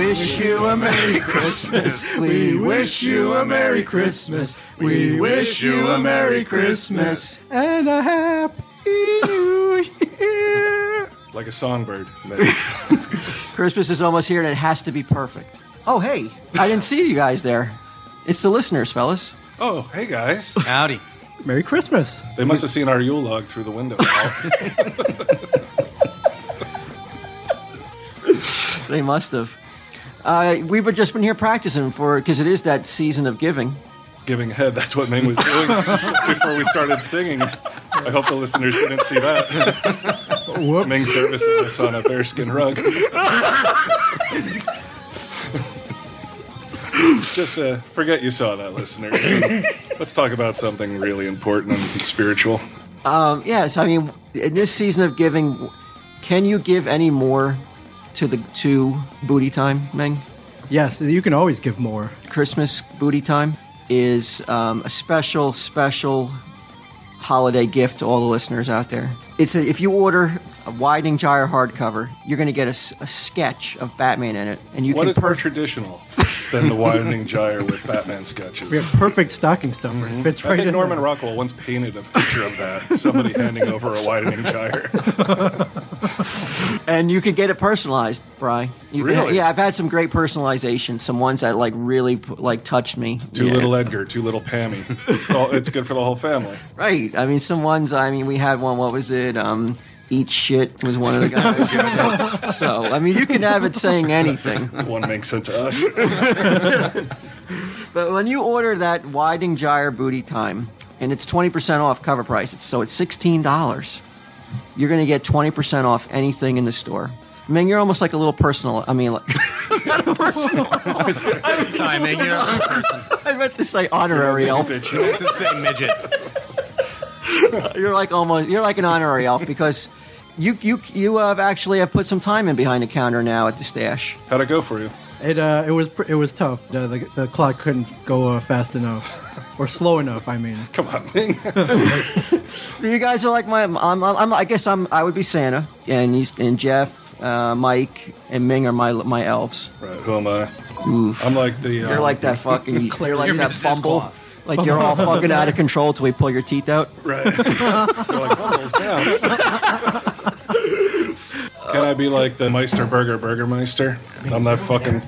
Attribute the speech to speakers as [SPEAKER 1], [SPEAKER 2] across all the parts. [SPEAKER 1] you a Merry Christmas. We wish you a Merry Christmas. We wish you a Merry Christmas and a Happy New Year.
[SPEAKER 2] like a songbird.
[SPEAKER 3] Christmas is almost here and it has to be perfect. Oh, hey, I didn't see you guys there. It's the listeners, fellas.
[SPEAKER 2] oh, hey guys.
[SPEAKER 4] Howdy.
[SPEAKER 5] Merry Christmas.
[SPEAKER 2] They must have seen our Yule log through the window. Al.
[SPEAKER 3] They must have. Uh, we've just been here practicing for because it is that season of giving.
[SPEAKER 2] Giving head. That's what Ming was doing before we started singing. I hope the listeners didn't see that. Ming servicing us on a bearskin rug. it's just uh, forget you saw that, listeners. Let's talk about something really important and spiritual.
[SPEAKER 3] Um, yes, I mean in this season of giving, can you give any more to the to booty time, Meng?
[SPEAKER 5] Yes, you can always give more.
[SPEAKER 3] Christmas booty time is um, a special, special holiday gift to all the listeners out there. It's a, if you order a widening gyre hardcover, you're going to get a s- a, sketch of Batman in it, and you
[SPEAKER 2] What
[SPEAKER 3] can
[SPEAKER 2] is more traditional than the winding gyre with Batman sketches?
[SPEAKER 5] We have perfect stocking stuffer. It fits
[SPEAKER 2] Mm-hmm.
[SPEAKER 5] right
[SPEAKER 2] I think
[SPEAKER 5] in.
[SPEAKER 2] Norman
[SPEAKER 5] there.
[SPEAKER 2] Rockwell once painted a picture of that. Somebody handing over a widening gyre.
[SPEAKER 3] and you can get it personalized, Bry. You can-
[SPEAKER 2] Really?
[SPEAKER 3] yeah, I've had some great personalization. Some ones that like really p- like touched me.
[SPEAKER 2] Too
[SPEAKER 3] Yeah.
[SPEAKER 2] little Edgar, too little Pammy. Oh, it's good for the whole family.
[SPEAKER 3] Right. I mean, some ones. I mean, we had one. What was it? Um, eat shit was one of the guys. so I mean, you can have it saying anything.
[SPEAKER 2] One makes sense to us.
[SPEAKER 3] But when you order that Widening Gyre Booty Time, and it's 20% off cover price, it's- so it's $16, you're going to get 20% off anything in the store. I mean, you're almost like a little personal. I mean, like,
[SPEAKER 4] Sorry, man. You're not a person.
[SPEAKER 3] I meant to say honorary elf.
[SPEAKER 2] Bitch.
[SPEAKER 4] You meant to say midget.
[SPEAKER 3] You're like almost, you're like an honorary elf because you, you, you have actually have put some time in behind the counter now at the stash.
[SPEAKER 2] How'd it go for you?
[SPEAKER 5] It uh, it was pr- it was tough. The, the, the clock couldn't go uh, fast enough, or slow enough. I mean,
[SPEAKER 2] Come on, Ming.
[SPEAKER 3] You guys are like my, I'm, I'm, I'm, I guess I'm, I would be Santa and he's, and Jeff, uh, Mike and Ming are my, my elves.
[SPEAKER 2] Right, who am I? I'm like the. Um,
[SPEAKER 3] You're like that fucking. You're like
[SPEAKER 4] You're
[SPEAKER 3] that
[SPEAKER 4] Mrs.
[SPEAKER 3] bumble.
[SPEAKER 4] Claus.
[SPEAKER 3] Like you're all fucking out of control till we pull your teeth out.
[SPEAKER 2] Right. You're like, Bumbles bounce. Can I be like the Meister Burger Burgermeister? I'm that fucking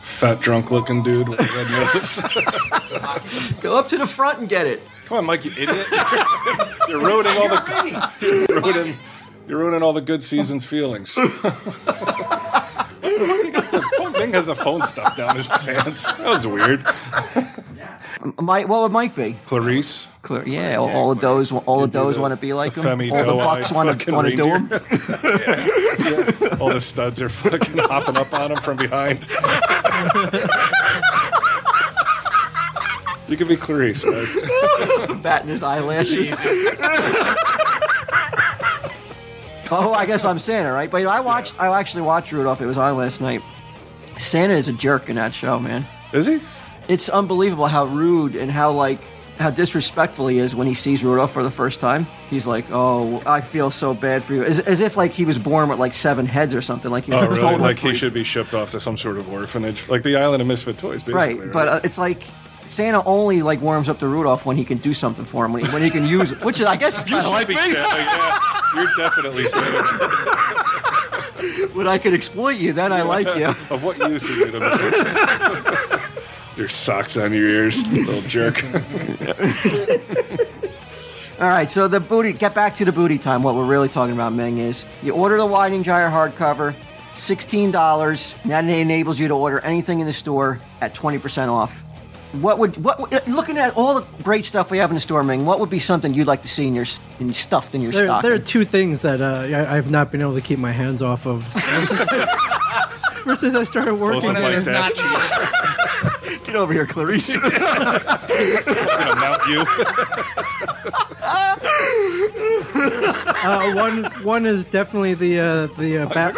[SPEAKER 2] fat, drunk looking dude with a red nose.
[SPEAKER 3] Go up to the front and get it.
[SPEAKER 2] Come on, Mike, you idiot. You're ruining all the you're ruining, you're ruining all the good season's feelings. Ming has the phone stuff down his pants. That was weird.
[SPEAKER 3] Mike, what would Mike be?
[SPEAKER 2] Clarice,
[SPEAKER 3] Clear, yeah, all, all of those, all of those want to be like
[SPEAKER 2] the
[SPEAKER 3] him.
[SPEAKER 2] Femi
[SPEAKER 3] All the
[SPEAKER 2] doe-eyed
[SPEAKER 3] bucks want to
[SPEAKER 2] fucking
[SPEAKER 3] want to do him.
[SPEAKER 2] reindeer. all the studs are fucking hopping up on him from behind. you could be Clarice, right?
[SPEAKER 3] Batting his eyelashes. oh, I guess I'm Santa, right? But you know, I watched. I actually watched Rudolph. It was on last night. Santa is a jerk in that show, man.
[SPEAKER 2] Is he?
[SPEAKER 3] It's unbelievable how rude and how like how disrespectful he is when he sees Rudolph for the first time. He's like, "Oh, I feel so bad for you," as, as if like he was born with like seven heads or something. Like he was
[SPEAKER 2] Oh, really?
[SPEAKER 3] born
[SPEAKER 2] Like
[SPEAKER 3] with
[SPEAKER 2] he should be shipped off to some sort of orphanage, like the Island of Misfit Toys, basically.
[SPEAKER 3] right, but uh, it's like. Santa only like warms up to Rudolph when he can do something for him, when he, when he can use, which is I guess is
[SPEAKER 2] You
[SPEAKER 3] kinda
[SPEAKER 2] should
[SPEAKER 3] like
[SPEAKER 2] be Santa, yeah. You're definitely Santa.
[SPEAKER 3] when I could exploit you, then I like you.
[SPEAKER 2] Of what use are you to me? Your socks on your ears, little jerk.
[SPEAKER 3] All right, so the booty. Get back to the booty time. What we're really talking about, Ming, is you order the Widening Gyre hardcover, sixteen dollars. That enables you to order anything in the store at twenty percent off. What would what? Looking at all the great stuff we have in the store, Ming, what would be something you'd like to see in your in, stuffed in your
[SPEAKER 5] there,
[SPEAKER 3] stocking?
[SPEAKER 5] there are two things that uh, I, I've not been able to keep my hands off of. Ever since I started
[SPEAKER 2] Both
[SPEAKER 5] working,
[SPEAKER 2] of
[SPEAKER 4] it
[SPEAKER 2] Mike's
[SPEAKER 4] is
[SPEAKER 2] ass
[SPEAKER 4] not
[SPEAKER 2] cheeks.
[SPEAKER 3] Get over here, Clarice.
[SPEAKER 2] Gonna mount you.
[SPEAKER 5] uh, one one is definitely the uh, the uh, bat.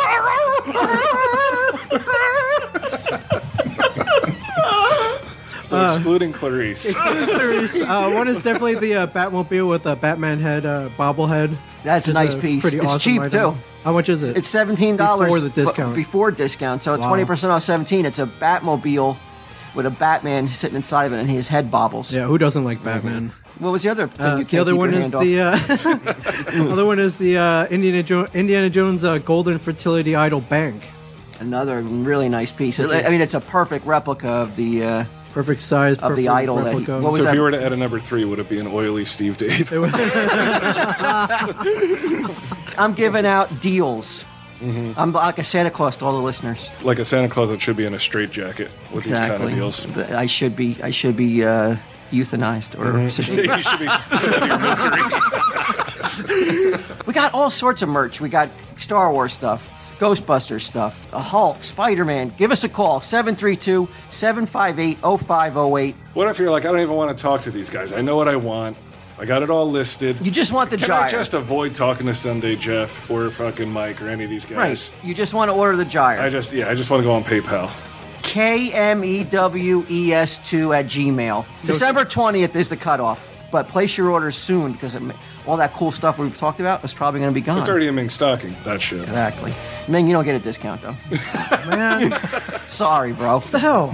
[SPEAKER 2] So
[SPEAKER 3] Uh.
[SPEAKER 2] excluding Clarice.
[SPEAKER 5] uh, one is definitely the uh, Batmobile with a Batman head uh, bobblehead.
[SPEAKER 3] That's a
[SPEAKER 5] It's
[SPEAKER 3] nice piece.
[SPEAKER 5] pretty
[SPEAKER 3] It's
[SPEAKER 5] awesome
[SPEAKER 3] cheap,
[SPEAKER 5] item.
[SPEAKER 3] too.
[SPEAKER 5] How much is it?
[SPEAKER 3] It's seventeen dollars
[SPEAKER 5] Before the discount.
[SPEAKER 3] before discount, so it's
[SPEAKER 5] Wow.
[SPEAKER 3] twenty percent off seventeen. It's a Batmobile with a Batman sitting inside of it, and his head bobbles.
[SPEAKER 5] yeah, who doesn't like Batman?
[SPEAKER 3] What was the other thing
[SPEAKER 5] Uh,
[SPEAKER 3] you
[SPEAKER 5] the
[SPEAKER 3] can't
[SPEAKER 5] other
[SPEAKER 3] keep
[SPEAKER 5] one
[SPEAKER 3] your
[SPEAKER 5] is
[SPEAKER 3] hand off?
[SPEAKER 5] the uh, other one is the uh, Indiana, jo- Indiana Jones uh, Golden Fertility Idol Bank.
[SPEAKER 3] another really nice piece. I I mean, it's a perfect replica of the. Uh,
[SPEAKER 5] Perfect size
[SPEAKER 3] Of the
[SPEAKER 5] perfect
[SPEAKER 3] idol that he-
[SPEAKER 5] replica.
[SPEAKER 3] what was
[SPEAKER 2] So if
[SPEAKER 3] that-
[SPEAKER 2] you were to add a number three, would it be an oily Steve Dave?
[SPEAKER 3] I'm giving out deals.
[SPEAKER 5] Mm-hmm.
[SPEAKER 3] I'm like a Santa Claus to all the listeners.
[SPEAKER 2] like a Santa Claus that should be in a straitjacket with these kind of deals.
[SPEAKER 3] The- I should be. I should be uh, euthanized or
[SPEAKER 5] Mm-hmm.
[SPEAKER 3] sedated.
[SPEAKER 2] you should be put out of your misery.
[SPEAKER 3] We got all sorts of merch. We got Star Wars stuff, Ghostbusters stuff, a Hulk, Spider Man. Give us a call 732 758 0508.
[SPEAKER 2] What if you're like, I don't even want to talk to these guys. I know what I want. I got it all listed.
[SPEAKER 3] You just want the
[SPEAKER 2] Can I
[SPEAKER 3] gyre.
[SPEAKER 2] just avoid talking to Sunday Jeff or fucking Mike or any of these guys?
[SPEAKER 3] Right. You just want to order the gyre.
[SPEAKER 2] I just, yeah, I just want to go on PayPal.
[SPEAKER 3] E KMEWES2 at Gmail. December 20th is the cutoff, but place your orders soon because it, ma- all that cool stuff we've talked about is probably going to be gone.
[SPEAKER 2] Dirty and Ming stocking. That shit.
[SPEAKER 3] Exactly. Ming, you don't get a discount though.
[SPEAKER 5] Man, what
[SPEAKER 3] Sorry, bro.
[SPEAKER 5] the hell?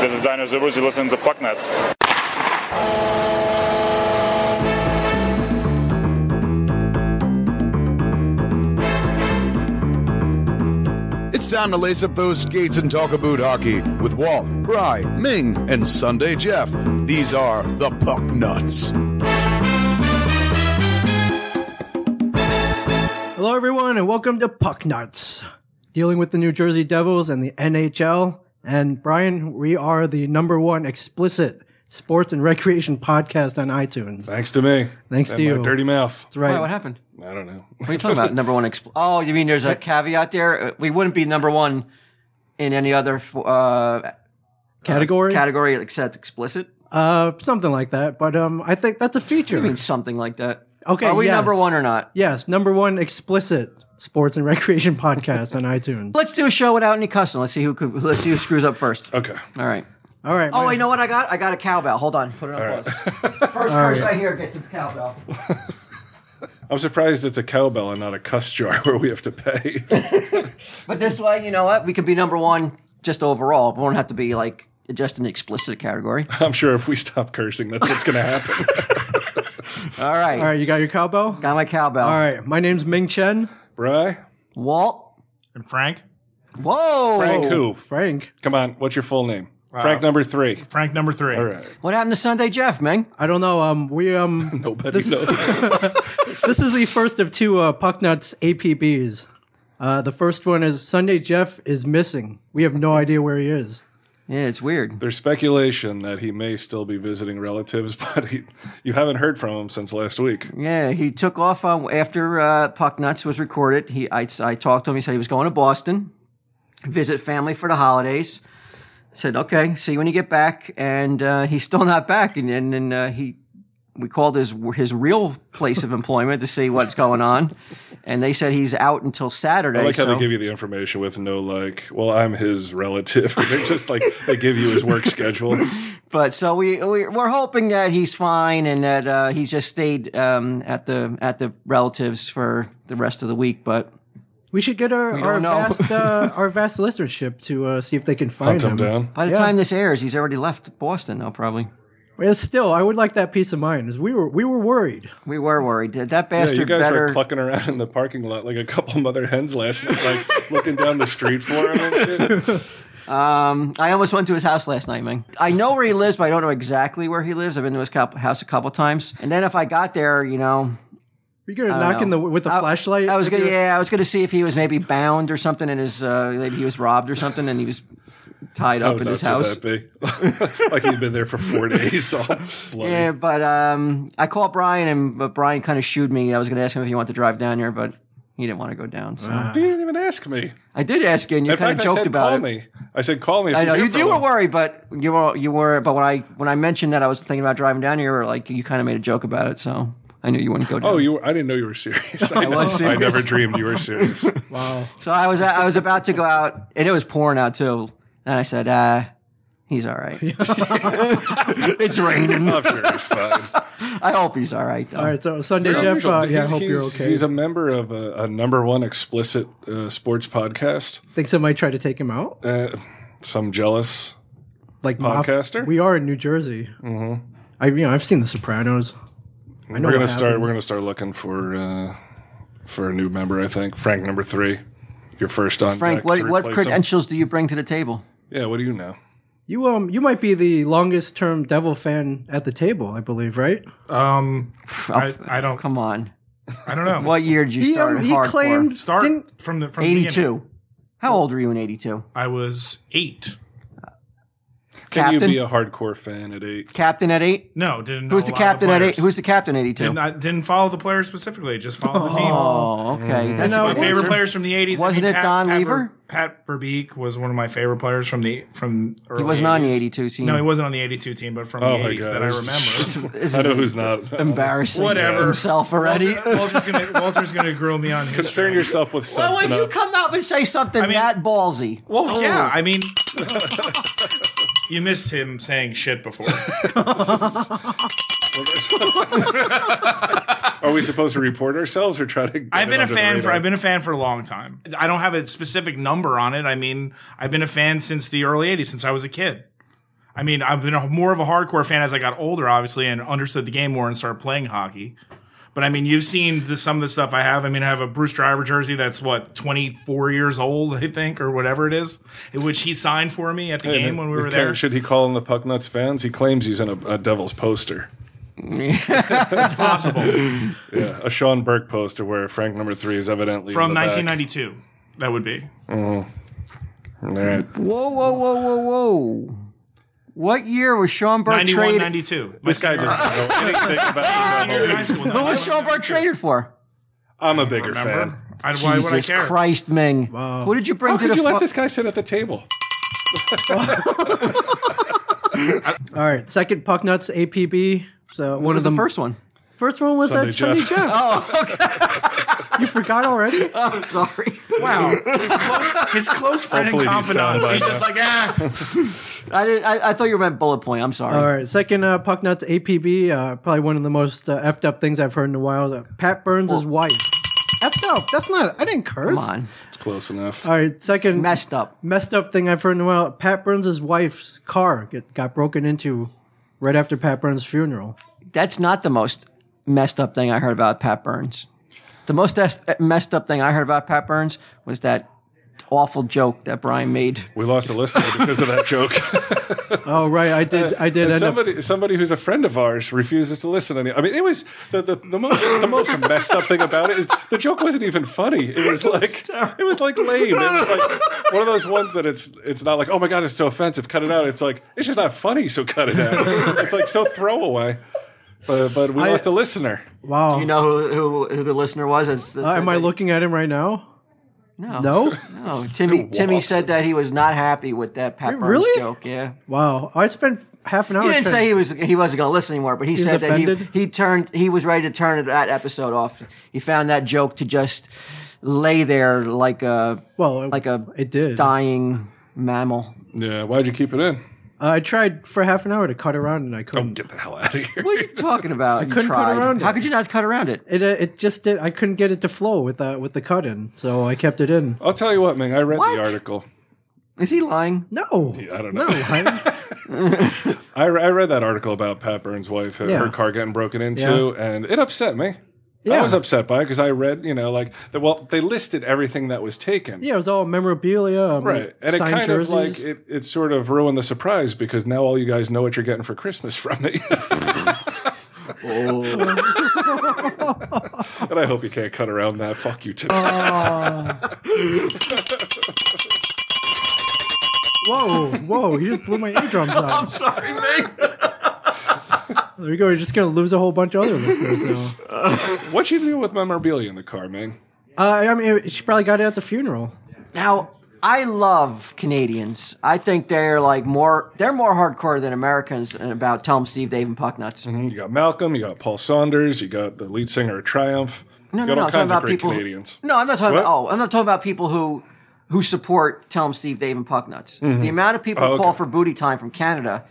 [SPEAKER 6] This is Daniel Zubers. You listen to Pucknuts.
[SPEAKER 7] It's time to lace up those skates and talk about hockey with Walt, Rye, Ming, and Sunday Jeff. These are the Puck Nuts.
[SPEAKER 5] Hello, everyone, and welcome to Puck Nuts, dealing with the New Jersey Devils and the NHL. And Brian, we are the number one explicit sports and recreation podcast on iTunes.
[SPEAKER 2] Thanks to me.
[SPEAKER 5] Thanks
[SPEAKER 2] And
[SPEAKER 5] to
[SPEAKER 2] my
[SPEAKER 5] you.
[SPEAKER 2] Dirty mouth.
[SPEAKER 5] That's right.
[SPEAKER 3] Wait, what happened?
[SPEAKER 2] I don't know.
[SPEAKER 3] What are you talking about? Number one. Expl- oh, you mean there's a caveat there? Uh, We wouldn't be number one in any other f- uh,
[SPEAKER 5] Category?
[SPEAKER 3] category except explicit.
[SPEAKER 5] uh, something like that. But um, I think that's a feature.
[SPEAKER 3] I mean, something like that.
[SPEAKER 5] Okay,
[SPEAKER 3] Are we
[SPEAKER 5] yes.
[SPEAKER 3] number one or not?
[SPEAKER 5] Yes, number one explicit sports and recreation podcast on iTunes.
[SPEAKER 3] Let's do a show without any cussing. Let's see who could, let's see who screws up first.
[SPEAKER 2] Okay.
[SPEAKER 3] All right.
[SPEAKER 5] All right.
[SPEAKER 3] Oh,
[SPEAKER 5] man.
[SPEAKER 3] you know what I got? I got a cowbell. Hold on. Put it on pause. First curse I hear gets a cowbell.
[SPEAKER 2] I'm surprised it's a cowbell and not a cuss jar where we have to pay.
[SPEAKER 3] But this way, you know what? We could be number one just overall. We won't have to be like just an explicit category.
[SPEAKER 2] I'm sure if we stop cursing, that's what's going to happen.
[SPEAKER 3] All right.
[SPEAKER 5] All right, you got your cowbell?
[SPEAKER 3] Got my cowbell.
[SPEAKER 5] All right, my name's Ming Chen.
[SPEAKER 2] Bry?
[SPEAKER 3] Walt.
[SPEAKER 4] And Frank?
[SPEAKER 3] Whoa.
[SPEAKER 2] Frank who?
[SPEAKER 5] Frank.
[SPEAKER 2] Come on. What's your full name? Frank number three.
[SPEAKER 4] Frank number three.
[SPEAKER 2] All right.
[SPEAKER 3] What happened to Sunday Jeff, Ming?
[SPEAKER 5] I don't know. Um, we um,
[SPEAKER 2] Nobody knows.
[SPEAKER 5] this is the first of two uh, Pucknuts APBs. Uh, the first one is Sunday Jeff is missing. We have no idea where he is.
[SPEAKER 3] Yeah, it's weird.
[SPEAKER 2] There's speculation that he may still be visiting relatives, but he, you haven't heard from him since last week.
[SPEAKER 3] Yeah, he took off on, after uh, Puck Nuts was recorded. He, I, I talked to him. He said he was going to Boston, visit family for the holidays. I said, okay, see you when you get back. And uh, he's still not back. And then and, uh, he, we called his his real place of employment to see what's going on, and they said he's out until Saturday.
[SPEAKER 2] I like how
[SPEAKER 3] so-
[SPEAKER 2] they give you the information with no like, well, I'm his relative. They're just like they give you his work schedule.
[SPEAKER 3] But so we, we we're hoping that he's fine and that uh, he's just stayed um, at the at the relatives for the rest of the week. But
[SPEAKER 5] We should get our
[SPEAKER 3] don't
[SPEAKER 5] our
[SPEAKER 3] know.
[SPEAKER 5] vast, uh, our vast listenership to uh, see if they can find
[SPEAKER 2] Hunt him down.
[SPEAKER 3] by the
[SPEAKER 5] Yeah.
[SPEAKER 3] time this airs, he's already left Boston, though. Probably
[SPEAKER 5] But still, I would like that peace of mind. 'cause We were we were worried.
[SPEAKER 3] we were worried that that
[SPEAKER 2] Yeah,
[SPEAKER 3] bastard
[SPEAKER 2] you guys
[SPEAKER 3] better.
[SPEAKER 2] were clucking around in the parking lot like a couple mother hens last night, like looking down the street for him. And shit.
[SPEAKER 3] um, I almost went to his house last night, man. I know where he lives, but I don't know exactly where he lives. I've been to his cou- house a couple times, and then if I got there, you know,
[SPEAKER 5] Were you gonna knock in the with the
[SPEAKER 3] I-
[SPEAKER 5] flashlight?
[SPEAKER 3] I was
[SPEAKER 5] If
[SPEAKER 3] gonna,
[SPEAKER 5] you-
[SPEAKER 3] yeah, I was gonna see if he was maybe bound or something, and his uh, maybe he was robbed or something, and he was tied
[SPEAKER 2] How
[SPEAKER 3] up in his
[SPEAKER 2] Oh, nuts
[SPEAKER 3] house.
[SPEAKER 2] would that be? like he'd been there for four days, all bloody.
[SPEAKER 3] Yeah, but um, I called Brian, and but Brian kind of shooed me. I was going to ask him if he wanted to drive down here, but he didn't want to go down. So
[SPEAKER 2] You didn't even ask me.
[SPEAKER 3] I did ask you, and you
[SPEAKER 2] Ah. In
[SPEAKER 3] kind
[SPEAKER 2] fact,
[SPEAKER 3] of
[SPEAKER 2] I
[SPEAKER 3] joked
[SPEAKER 2] said,
[SPEAKER 3] about
[SPEAKER 2] call
[SPEAKER 3] it.
[SPEAKER 2] me. I said, call me. if
[SPEAKER 3] I know
[SPEAKER 2] hear
[SPEAKER 3] you,
[SPEAKER 2] from
[SPEAKER 3] you were
[SPEAKER 2] him."
[SPEAKER 3] worried, but you were you were. But when I when I mentioned that I was thinking about driving down here, like you kind of made a joke about it, so I knew you wouldn't go down.
[SPEAKER 2] Oh, you were, I didn't know you were serious. I,
[SPEAKER 3] was
[SPEAKER 2] I never
[SPEAKER 3] serious.
[SPEAKER 2] dreamed you were serious.
[SPEAKER 5] Wow.
[SPEAKER 3] So I was I was about to go out, and it was pouring out too. And I said, uh, he's all right.
[SPEAKER 7] It's raining.
[SPEAKER 2] I'm sure he's fine.
[SPEAKER 3] I hope he's all right, though.
[SPEAKER 5] All right, so Sunday Jeff, uh, yeah, I
[SPEAKER 2] He's-
[SPEAKER 5] hope you're
[SPEAKER 2] he's-
[SPEAKER 5] okay.
[SPEAKER 2] He's a member of a, a number one explicit uh, sports podcast.
[SPEAKER 5] Think somebody tried to take him out?
[SPEAKER 2] Uh, some jealous.
[SPEAKER 5] Like mob-
[SPEAKER 2] Podcaster?
[SPEAKER 5] we are in New Jersey. Mm-hmm. I, you know, I've seen The Sopranos.
[SPEAKER 2] We're
[SPEAKER 5] know
[SPEAKER 2] gonna
[SPEAKER 5] what
[SPEAKER 2] start.
[SPEAKER 5] happened.
[SPEAKER 2] We're gonna start looking for uh, for a new member. I think Frank number three. You're first on
[SPEAKER 3] Frank,
[SPEAKER 2] deck
[SPEAKER 3] what,
[SPEAKER 2] to
[SPEAKER 3] what
[SPEAKER 2] replace him.
[SPEAKER 3] credentials do you bring to the table?
[SPEAKER 2] Yeah, what do you know?
[SPEAKER 5] You um, you might be the longest term Devil fan at the table, I believe, right?
[SPEAKER 1] Um, I, I don't.
[SPEAKER 3] Oh, Come on.
[SPEAKER 1] I don't know.
[SPEAKER 3] What year did you
[SPEAKER 5] He,
[SPEAKER 3] start
[SPEAKER 5] um,
[SPEAKER 3] at
[SPEAKER 5] he
[SPEAKER 3] hardcore?
[SPEAKER 5] claimed
[SPEAKER 1] Start
[SPEAKER 5] didn't
[SPEAKER 1] from the from the beginning.
[SPEAKER 3] 82. How old were you in 82?
[SPEAKER 1] I was eight.
[SPEAKER 2] Can you
[SPEAKER 3] Captain?
[SPEAKER 2] be a hardcore fan at eight?
[SPEAKER 3] Captain at 8?
[SPEAKER 1] No, didn't. Know
[SPEAKER 3] Who's
[SPEAKER 1] a
[SPEAKER 3] the
[SPEAKER 1] lot of
[SPEAKER 3] captain at 8?
[SPEAKER 1] players.
[SPEAKER 3] Who's the captain at 82?
[SPEAKER 1] Didn't, I didn't follow the players specifically. Just follow the team.
[SPEAKER 3] Oh,
[SPEAKER 1] Mm-hmm.
[SPEAKER 3] okay. That's
[SPEAKER 5] know-
[SPEAKER 3] a
[SPEAKER 1] my
[SPEAKER 3] good
[SPEAKER 1] favorite
[SPEAKER 3] answer.
[SPEAKER 1] players from the '80s. I
[SPEAKER 3] Wasn't
[SPEAKER 1] mean,
[SPEAKER 3] it Don
[SPEAKER 1] Ver-
[SPEAKER 3] Lever?
[SPEAKER 1] Pat Verbeek was one of my favorite players from the from. Early
[SPEAKER 3] He wasn't on the
[SPEAKER 1] 80s.
[SPEAKER 3] 82 team.
[SPEAKER 1] No, he wasn't on the '82 team, but from
[SPEAKER 2] Oh
[SPEAKER 1] the
[SPEAKER 2] my
[SPEAKER 1] '80s
[SPEAKER 2] God.
[SPEAKER 1] that I remember.
[SPEAKER 3] This
[SPEAKER 2] I
[SPEAKER 3] is
[SPEAKER 2] know who's not.
[SPEAKER 3] embarrassing
[SPEAKER 1] Whatever.
[SPEAKER 3] himself already.
[SPEAKER 1] Walter- Walter's gonna Walter's gonna grill me on. his-
[SPEAKER 2] Concern yourself with
[SPEAKER 3] Why
[SPEAKER 2] sense
[SPEAKER 3] would you
[SPEAKER 2] enough.
[SPEAKER 3] come out and say something
[SPEAKER 1] mean-
[SPEAKER 3] that ballsy?
[SPEAKER 1] Well,
[SPEAKER 3] Oh.
[SPEAKER 1] yeah, I mean, you missed him saying shit before.
[SPEAKER 2] Are we supposed to report ourselves or try to? get
[SPEAKER 1] I've
[SPEAKER 2] it
[SPEAKER 1] been a
[SPEAKER 2] under the
[SPEAKER 1] fan for
[SPEAKER 2] radar?
[SPEAKER 1] I've been a fan for a long time. I don't have a specific number on it. I mean, I've been a fan since the early '80s, since I was a kid. I mean, I've been a, more of a hardcore fan as I got older, obviously, and understood the game more and started playing hockey. But I mean, you've seen the, some of the stuff I have. I mean, I have a Bruce Driver jersey that's what 24 years old, I think, or whatever it is, which he signed for me at the game when we were
[SPEAKER 2] Can-
[SPEAKER 1] there.
[SPEAKER 2] Should he call in the Pucknuts fans? He claims he's in a, a Devils poster.
[SPEAKER 1] It's possible.
[SPEAKER 2] Yeah, a Sean Burke poster where Frank number three is evidently
[SPEAKER 1] from
[SPEAKER 2] in the back.
[SPEAKER 1] 1992. That would be.
[SPEAKER 2] All right.
[SPEAKER 3] Whoa, whoa, whoa, whoa, whoa. What year was Sean Burke
[SPEAKER 1] 91,
[SPEAKER 3] traded?
[SPEAKER 1] 92.
[SPEAKER 2] This guy doesn't know anything about the
[SPEAKER 1] Senior in
[SPEAKER 2] Devils.
[SPEAKER 1] high school,
[SPEAKER 3] What was
[SPEAKER 1] 91,
[SPEAKER 3] Sean Burke traded for?
[SPEAKER 2] I'm a bigger
[SPEAKER 1] Remember?
[SPEAKER 2] fan.
[SPEAKER 1] I, why would I
[SPEAKER 3] Jesus
[SPEAKER 1] care?
[SPEAKER 3] Christ, Ming. Who did you bring
[SPEAKER 2] How
[SPEAKER 3] to
[SPEAKER 2] could
[SPEAKER 3] the
[SPEAKER 2] you
[SPEAKER 3] fu-
[SPEAKER 2] let this guy sit at the table?
[SPEAKER 5] All right, second puck nuts APB. So one
[SPEAKER 3] What
[SPEAKER 5] of
[SPEAKER 3] was the
[SPEAKER 5] them-
[SPEAKER 3] first one?
[SPEAKER 5] First one was
[SPEAKER 2] Sunday
[SPEAKER 5] that Sunday
[SPEAKER 2] Jeff.
[SPEAKER 5] Jeff. Oh, okay. you forgot already?
[SPEAKER 3] I'm sorry.
[SPEAKER 1] Wow. His close, his close friend
[SPEAKER 2] Hopefully
[SPEAKER 1] and
[SPEAKER 2] he's
[SPEAKER 1] confidant.
[SPEAKER 2] down by
[SPEAKER 1] He's, just
[SPEAKER 2] now.
[SPEAKER 1] like, ah.
[SPEAKER 3] I, didn't, I, I thought you meant bullet point. I'm sorry.
[SPEAKER 5] All right, second uh, puck nuts APB. Uh, probably one of the most uh, effed up things I've heard in a while. Uh, Pat Burns' wife. Effed up. That's not. I didn't curse.
[SPEAKER 3] Come on.
[SPEAKER 2] It's close enough.
[SPEAKER 5] All right, second
[SPEAKER 3] Messed up.
[SPEAKER 5] messed up thing I've heard in a while. Pat Burns' wife's car get, got broken into right after Pat Burns' funeral.
[SPEAKER 3] That's not the most messed up thing I heard about Pat Burns. The most es- messed up thing I heard about Pat Burns was that awful joke that Brian made.
[SPEAKER 2] We lost a listener because of that joke.
[SPEAKER 5] Oh right, I did. I did.
[SPEAKER 2] And
[SPEAKER 5] End up,
[SPEAKER 2] somebody, somebody who's a friend of ours refuses to listen. Any, I mean, it was the, the, the most the most messed up thing about it is the joke wasn't even funny. It was like it was like lame. It was like one of those ones that it's it's not like oh my god it's so offensive cut it out. It's like it's just not funny so cut it out. It's like so throwaway. But but we lost a listener.
[SPEAKER 5] wow.
[SPEAKER 3] You know who, who, who the listener was? It's,
[SPEAKER 5] Uh, am I looking at him right now?
[SPEAKER 3] No.
[SPEAKER 5] No.
[SPEAKER 3] No, Timmy. Timmy said that he was not happy with that Pat Burns
[SPEAKER 5] Really? Oh,
[SPEAKER 3] joke. Yeah,
[SPEAKER 5] Wow. I spent half an hour.
[SPEAKER 3] he didn't
[SPEAKER 5] trying-
[SPEAKER 3] say he was he wasn't going to listen anymore, but he, said that he,
[SPEAKER 5] offended?
[SPEAKER 3] he turned he was ready to turn that episode off. He found that joke to just lay there like a
[SPEAKER 5] Well,
[SPEAKER 3] like a
[SPEAKER 5] it did.
[SPEAKER 3] dying mammal.
[SPEAKER 2] Yeah, why'd you keep it in?
[SPEAKER 5] Uh, I tried for half an hour to cut around and I couldn't.
[SPEAKER 2] Get the hell out of here.
[SPEAKER 3] What are you talking about? I
[SPEAKER 5] couldn't cut around
[SPEAKER 3] How
[SPEAKER 5] it.
[SPEAKER 3] could you not cut around it?
[SPEAKER 5] It uh, it just did. I couldn't get it to flow with uh, with the cut in, so I kept it in.
[SPEAKER 2] I'll tell you what, Ming. I read
[SPEAKER 3] What?
[SPEAKER 2] the article.
[SPEAKER 3] Is he lying?
[SPEAKER 5] No,
[SPEAKER 2] I don't know.
[SPEAKER 5] No, I,
[SPEAKER 2] I, re- I read that article about Pat Burns' wife, her,
[SPEAKER 5] Yeah.
[SPEAKER 2] her car getting broken into, and it upset me. I
[SPEAKER 5] Yeah.
[SPEAKER 2] was upset by it because I read, you know, like, the, well, they listed everything that was taken.
[SPEAKER 5] yeah, it was all memorabilia, um,
[SPEAKER 2] Right. And it
[SPEAKER 5] signed
[SPEAKER 2] kind
[SPEAKER 5] jerseys.
[SPEAKER 2] of like, it, it sort of ruined the surprise because now all you guys know what you're getting for Christmas from me. and I hope you can't cut around that. Fuck you, too.
[SPEAKER 5] whoa, whoa! You just blew my eardrums out.
[SPEAKER 3] Sorry, Meg.
[SPEAKER 5] There we go. You're just gonna lose a whole bunch of other listeners now.
[SPEAKER 2] what you do with memorabilia in the car, man?
[SPEAKER 5] Uh, I mean, she probably got it at the funeral.
[SPEAKER 3] Now, I love Canadians. I think they're like more they're more hardcore than Americans about tell them Steve, Dave, and Pucknuts.
[SPEAKER 2] You got Malcolm, you got Paul Saunders, you got the lead singer of Triumph. you got
[SPEAKER 3] no, no,
[SPEAKER 2] all
[SPEAKER 3] I'm talking
[SPEAKER 2] kinds of
[SPEAKER 3] about
[SPEAKER 2] great
[SPEAKER 3] people who-
[SPEAKER 2] Canadians.
[SPEAKER 3] No, I'm not talking
[SPEAKER 2] What?
[SPEAKER 3] about. Oh, I'm not talking about people who who support Tell 'em Steve, Dave, and Pucknuts.
[SPEAKER 2] Mm-hmm.
[SPEAKER 3] The amount of
[SPEAKER 2] Oh,
[SPEAKER 3] people who call for booty time from Canada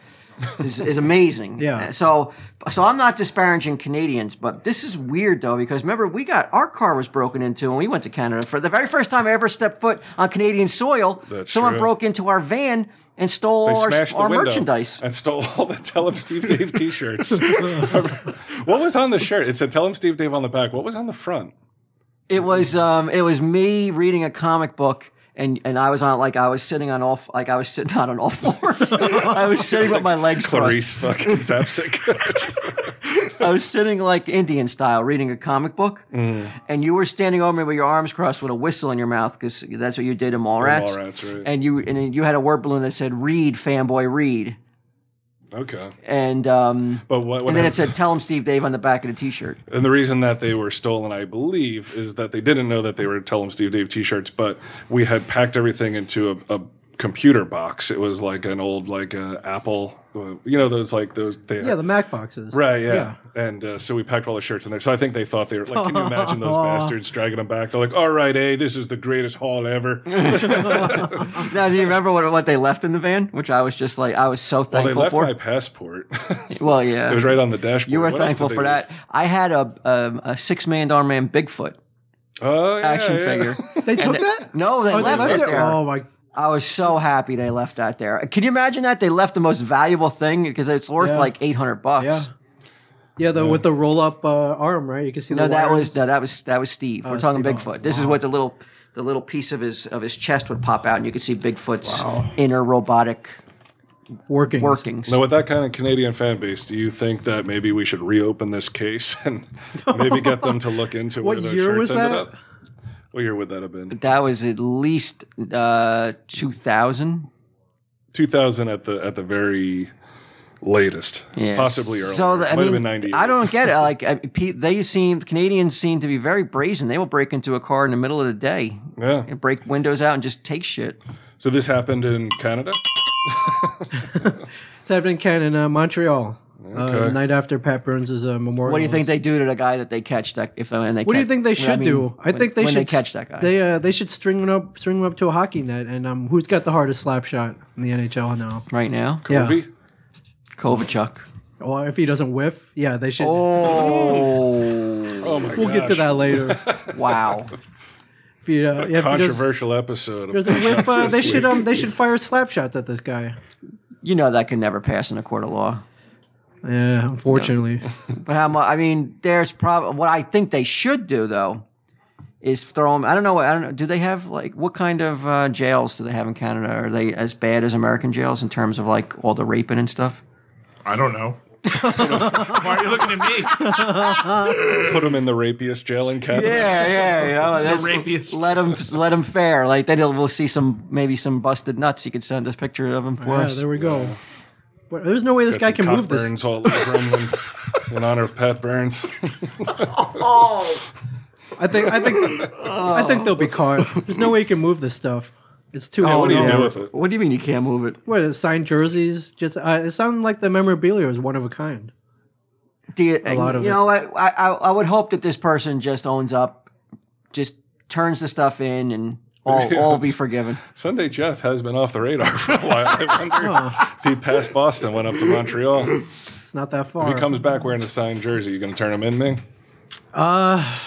[SPEAKER 3] is, is amazing.
[SPEAKER 5] Yeah.
[SPEAKER 3] So, so I'm not disparaging Canadians, but this is weird though because remember we got our car was broken into when we went to Canada for the very first time I ever stepped foot on Canadian soil.
[SPEAKER 2] That's
[SPEAKER 3] someone
[SPEAKER 2] true.
[SPEAKER 3] broke into our van and stole
[SPEAKER 2] They
[SPEAKER 3] our,
[SPEAKER 2] smashed the
[SPEAKER 3] our
[SPEAKER 2] window
[SPEAKER 3] merchandise.
[SPEAKER 2] and stole all the Tell 'em Steve Dave T-shirts. what was on the shirt? It said Tell 'em Steve Dave on the back. What was on the front?
[SPEAKER 3] It was um, it was me reading a comic book. And, and I was on like I was sitting on all f- like I was sitting not on all fours. I was sitting with my legs crossed.
[SPEAKER 2] Clarice fucking Zapsik. Just-
[SPEAKER 3] I was sitting like Indian style reading a comic book,
[SPEAKER 2] Mm.
[SPEAKER 3] and you were standing over me with your arms crossed with a whistle in your mouth because that's what you did in Mallrats.
[SPEAKER 2] Mallrats, right.
[SPEAKER 3] And you and then you had a word balloon that said "Read, fanboy, read,"
[SPEAKER 2] okay,
[SPEAKER 3] and um,
[SPEAKER 2] but what? what
[SPEAKER 3] and then it
[SPEAKER 2] happened-
[SPEAKER 3] said "Tell him Steve Dave" on the back of the T-shirt.
[SPEAKER 2] And the reason that they were stolen, I believe, is that they didn't know that they were Tell 'em Steve Dave t-shirts, but we had packed everything into a, a computer box. It was like an old, like uh, Apple, uh, you know, those like those. They,
[SPEAKER 5] Yeah, the Mac boxes.
[SPEAKER 2] right, yeah. And uh, so we packed all the shirts in there. So I think they thought they were like, can you imagine those bastards dragging them back? They're like, all right, hey, this is the greatest haul ever.
[SPEAKER 3] Now, do you remember what what they left in the van? Which I was just like, I was so
[SPEAKER 2] well, they
[SPEAKER 3] thankful
[SPEAKER 2] left
[SPEAKER 3] for.
[SPEAKER 2] my passport. it
[SPEAKER 3] well, yeah,
[SPEAKER 2] was right on the dashboard.
[SPEAKER 3] you were
[SPEAKER 2] What else did
[SPEAKER 3] thankful
[SPEAKER 2] they
[SPEAKER 3] for
[SPEAKER 2] leave?
[SPEAKER 3] that. I had a um, a, a six million dollar man Bigfoot
[SPEAKER 2] Oh, yeah,
[SPEAKER 3] action
[SPEAKER 2] yeah.
[SPEAKER 3] figure.
[SPEAKER 5] They took that?
[SPEAKER 3] No, they
[SPEAKER 5] Oh,
[SPEAKER 3] left it there.
[SPEAKER 5] Oh, my.
[SPEAKER 3] I was so happy they left that there. Can you imagine that they left the most valuable thing because it's worth
[SPEAKER 5] Yeah.
[SPEAKER 3] like eight hundred bucks.
[SPEAKER 5] Yeah. Yeah, the, with the roll up uh, arm, right? You can see
[SPEAKER 3] No,
[SPEAKER 5] the
[SPEAKER 3] that
[SPEAKER 5] wires.
[SPEAKER 3] was no, that was that was Steve. We're talking
[SPEAKER 5] Steve.
[SPEAKER 3] Bigfoot. This is what the little the little piece of his of his chest would pop out, and you could see Bigfoot's inner robotic
[SPEAKER 5] working.
[SPEAKER 3] workings.
[SPEAKER 2] Now, with that kind of Canadian fan base, do you think that maybe we should reopen this case and maybe get them to look into
[SPEAKER 5] What
[SPEAKER 2] where those
[SPEAKER 5] year
[SPEAKER 2] shirts
[SPEAKER 5] was
[SPEAKER 2] ended
[SPEAKER 5] that?
[SPEAKER 2] up? What year would that have been?
[SPEAKER 3] That was at least uh, two thousand.
[SPEAKER 2] Two thousand at the at the very latest,
[SPEAKER 3] Yes.
[SPEAKER 2] possibly earlier.
[SPEAKER 3] So the, I
[SPEAKER 2] Might have
[SPEAKER 3] mean,
[SPEAKER 2] been ninety.
[SPEAKER 3] I don't get it. Like I, pe- they seem Canadians seem to be very brazen. They will break into a car in the middle of the day
[SPEAKER 2] Yeah.
[SPEAKER 3] and break windows out and just take shit.
[SPEAKER 2] So this happened in Canada.
[SPEAKER 5] It's happening in Canada, Montreal. Uh,
[SPEAKER 2] Okay.
[SPEAKER 5] night after Pat Burns' uh, memorial.
[SPEAKER 3] What do you think they do to the guy that they catch? That if and they
[SPEAKER 5] What do you
[SPEAKER 3] catch-
[SPEAKER 5] think they should
[SPEAKER 3] I mean,
[SPEAKER 5] do? I
[SPEAKER 3] when-
[SPEAKER 5] think they
[SPEAKER 3] when
[SPEAKER 5] should
[SPEAKER 3] they catch that guy.
[SPEAKER 5] They uh, they should string him up, string him up to a hockey net, and um, who's got the hardest slap shot in the NHL now?
[SPEAKER 3] right now,
[SPEAKER 2] Movie?
[SPEAKER 3] Kovachuk.
[SPEAKER 5] Or if he doesn't whiff, yeah, they should.
[SPEAKER 3] Oh
[SPEAKER 2] Oh my
[SPEAKER 5] we'll
[SPEAKER 2] gosh!
[SPEAKER 5] get to that later.
[SPEAKER 3] wow!
[SPEAKER 5] if he, uh, yeah, if he does-
[SPEAKER 2] Controversial episode. of
[SPEAKER 5] doesn't whiff, uh,
[SPEAKER 2] Podcast
[SPEAKER 5] they
[SPEAKER 2] this
[SPEAKER 5] should
[SPEAKER 2] week.
[SPEAKER 5] um they should fire slap shots at this guy.
[SPEAKER 3] You know that could never pass in a court of law.
[SPEAKER 5] Yeah, unfortunately,
[SPEAKER 3] But how much? I mean, there's probably what I think they should do though is throw him. I don't know. I don't know. Do they have like what kind of uh, jails do they have in Canada? Are they as bad as American jails in terms of like all the raping and stuff?
[SPEAKER 1] I don't know. Why are you looking at me?
[SPEAKER 2] put him in the rapiest jail in Canada.
[SPEAKER 3] Yeah, yeah, yeah. That's-
[SPEAKER 1] rapiest.
[SPEAKER 3] Let him, let him fare. Like then he'll- we'll see some, maybe some busted nuts. You could send us picture of him for
[SPEAKER 5] yeah,
[SPEAKER 3] us.
[SPEAKER 5] there we go. But there's no way this guy
[SPEAKER 2] Got some
[SPEAKER 5] can
[SPEAKER 2] cock
[SPEAKER 5] move this.
[SPEAKER 2] burns all over him in, in honor of Pat Burns.
[SPEAKER 5] I think I think I think they'll be caught. There's no way you can move this stuff. It's too.
[SPEAKER 2] Oh. what do you
[SPEAKER 5] long.
[SPEAKER 2] do with it?
[SPEAKER 3] What do you mean you can't move it?
[SPEAKER 5] What is it, signed jerseys? Just uh, it sounded like the memorabilia was one of a kind.
[SPEAKER 3] Do you, a
[SPEAKER 5] lot of
[SPEAKER 3] you
[SPEAKER 5] it.
[SPEAKER 3] know, I, I I would hope that this person just owns up, just turns the stuff in, and all all be forgiven.
[SPEAKER 2] Sunday Jeff has been off the radar for a while. I wonder if he passed Boston, went up to Montreal. If
[SPEAKER 5] It's not that far.
[SPEAKER 2] he comes back wearing a signed jersey, you going to turn him in, Ming?
[SPEAKER 5] uh,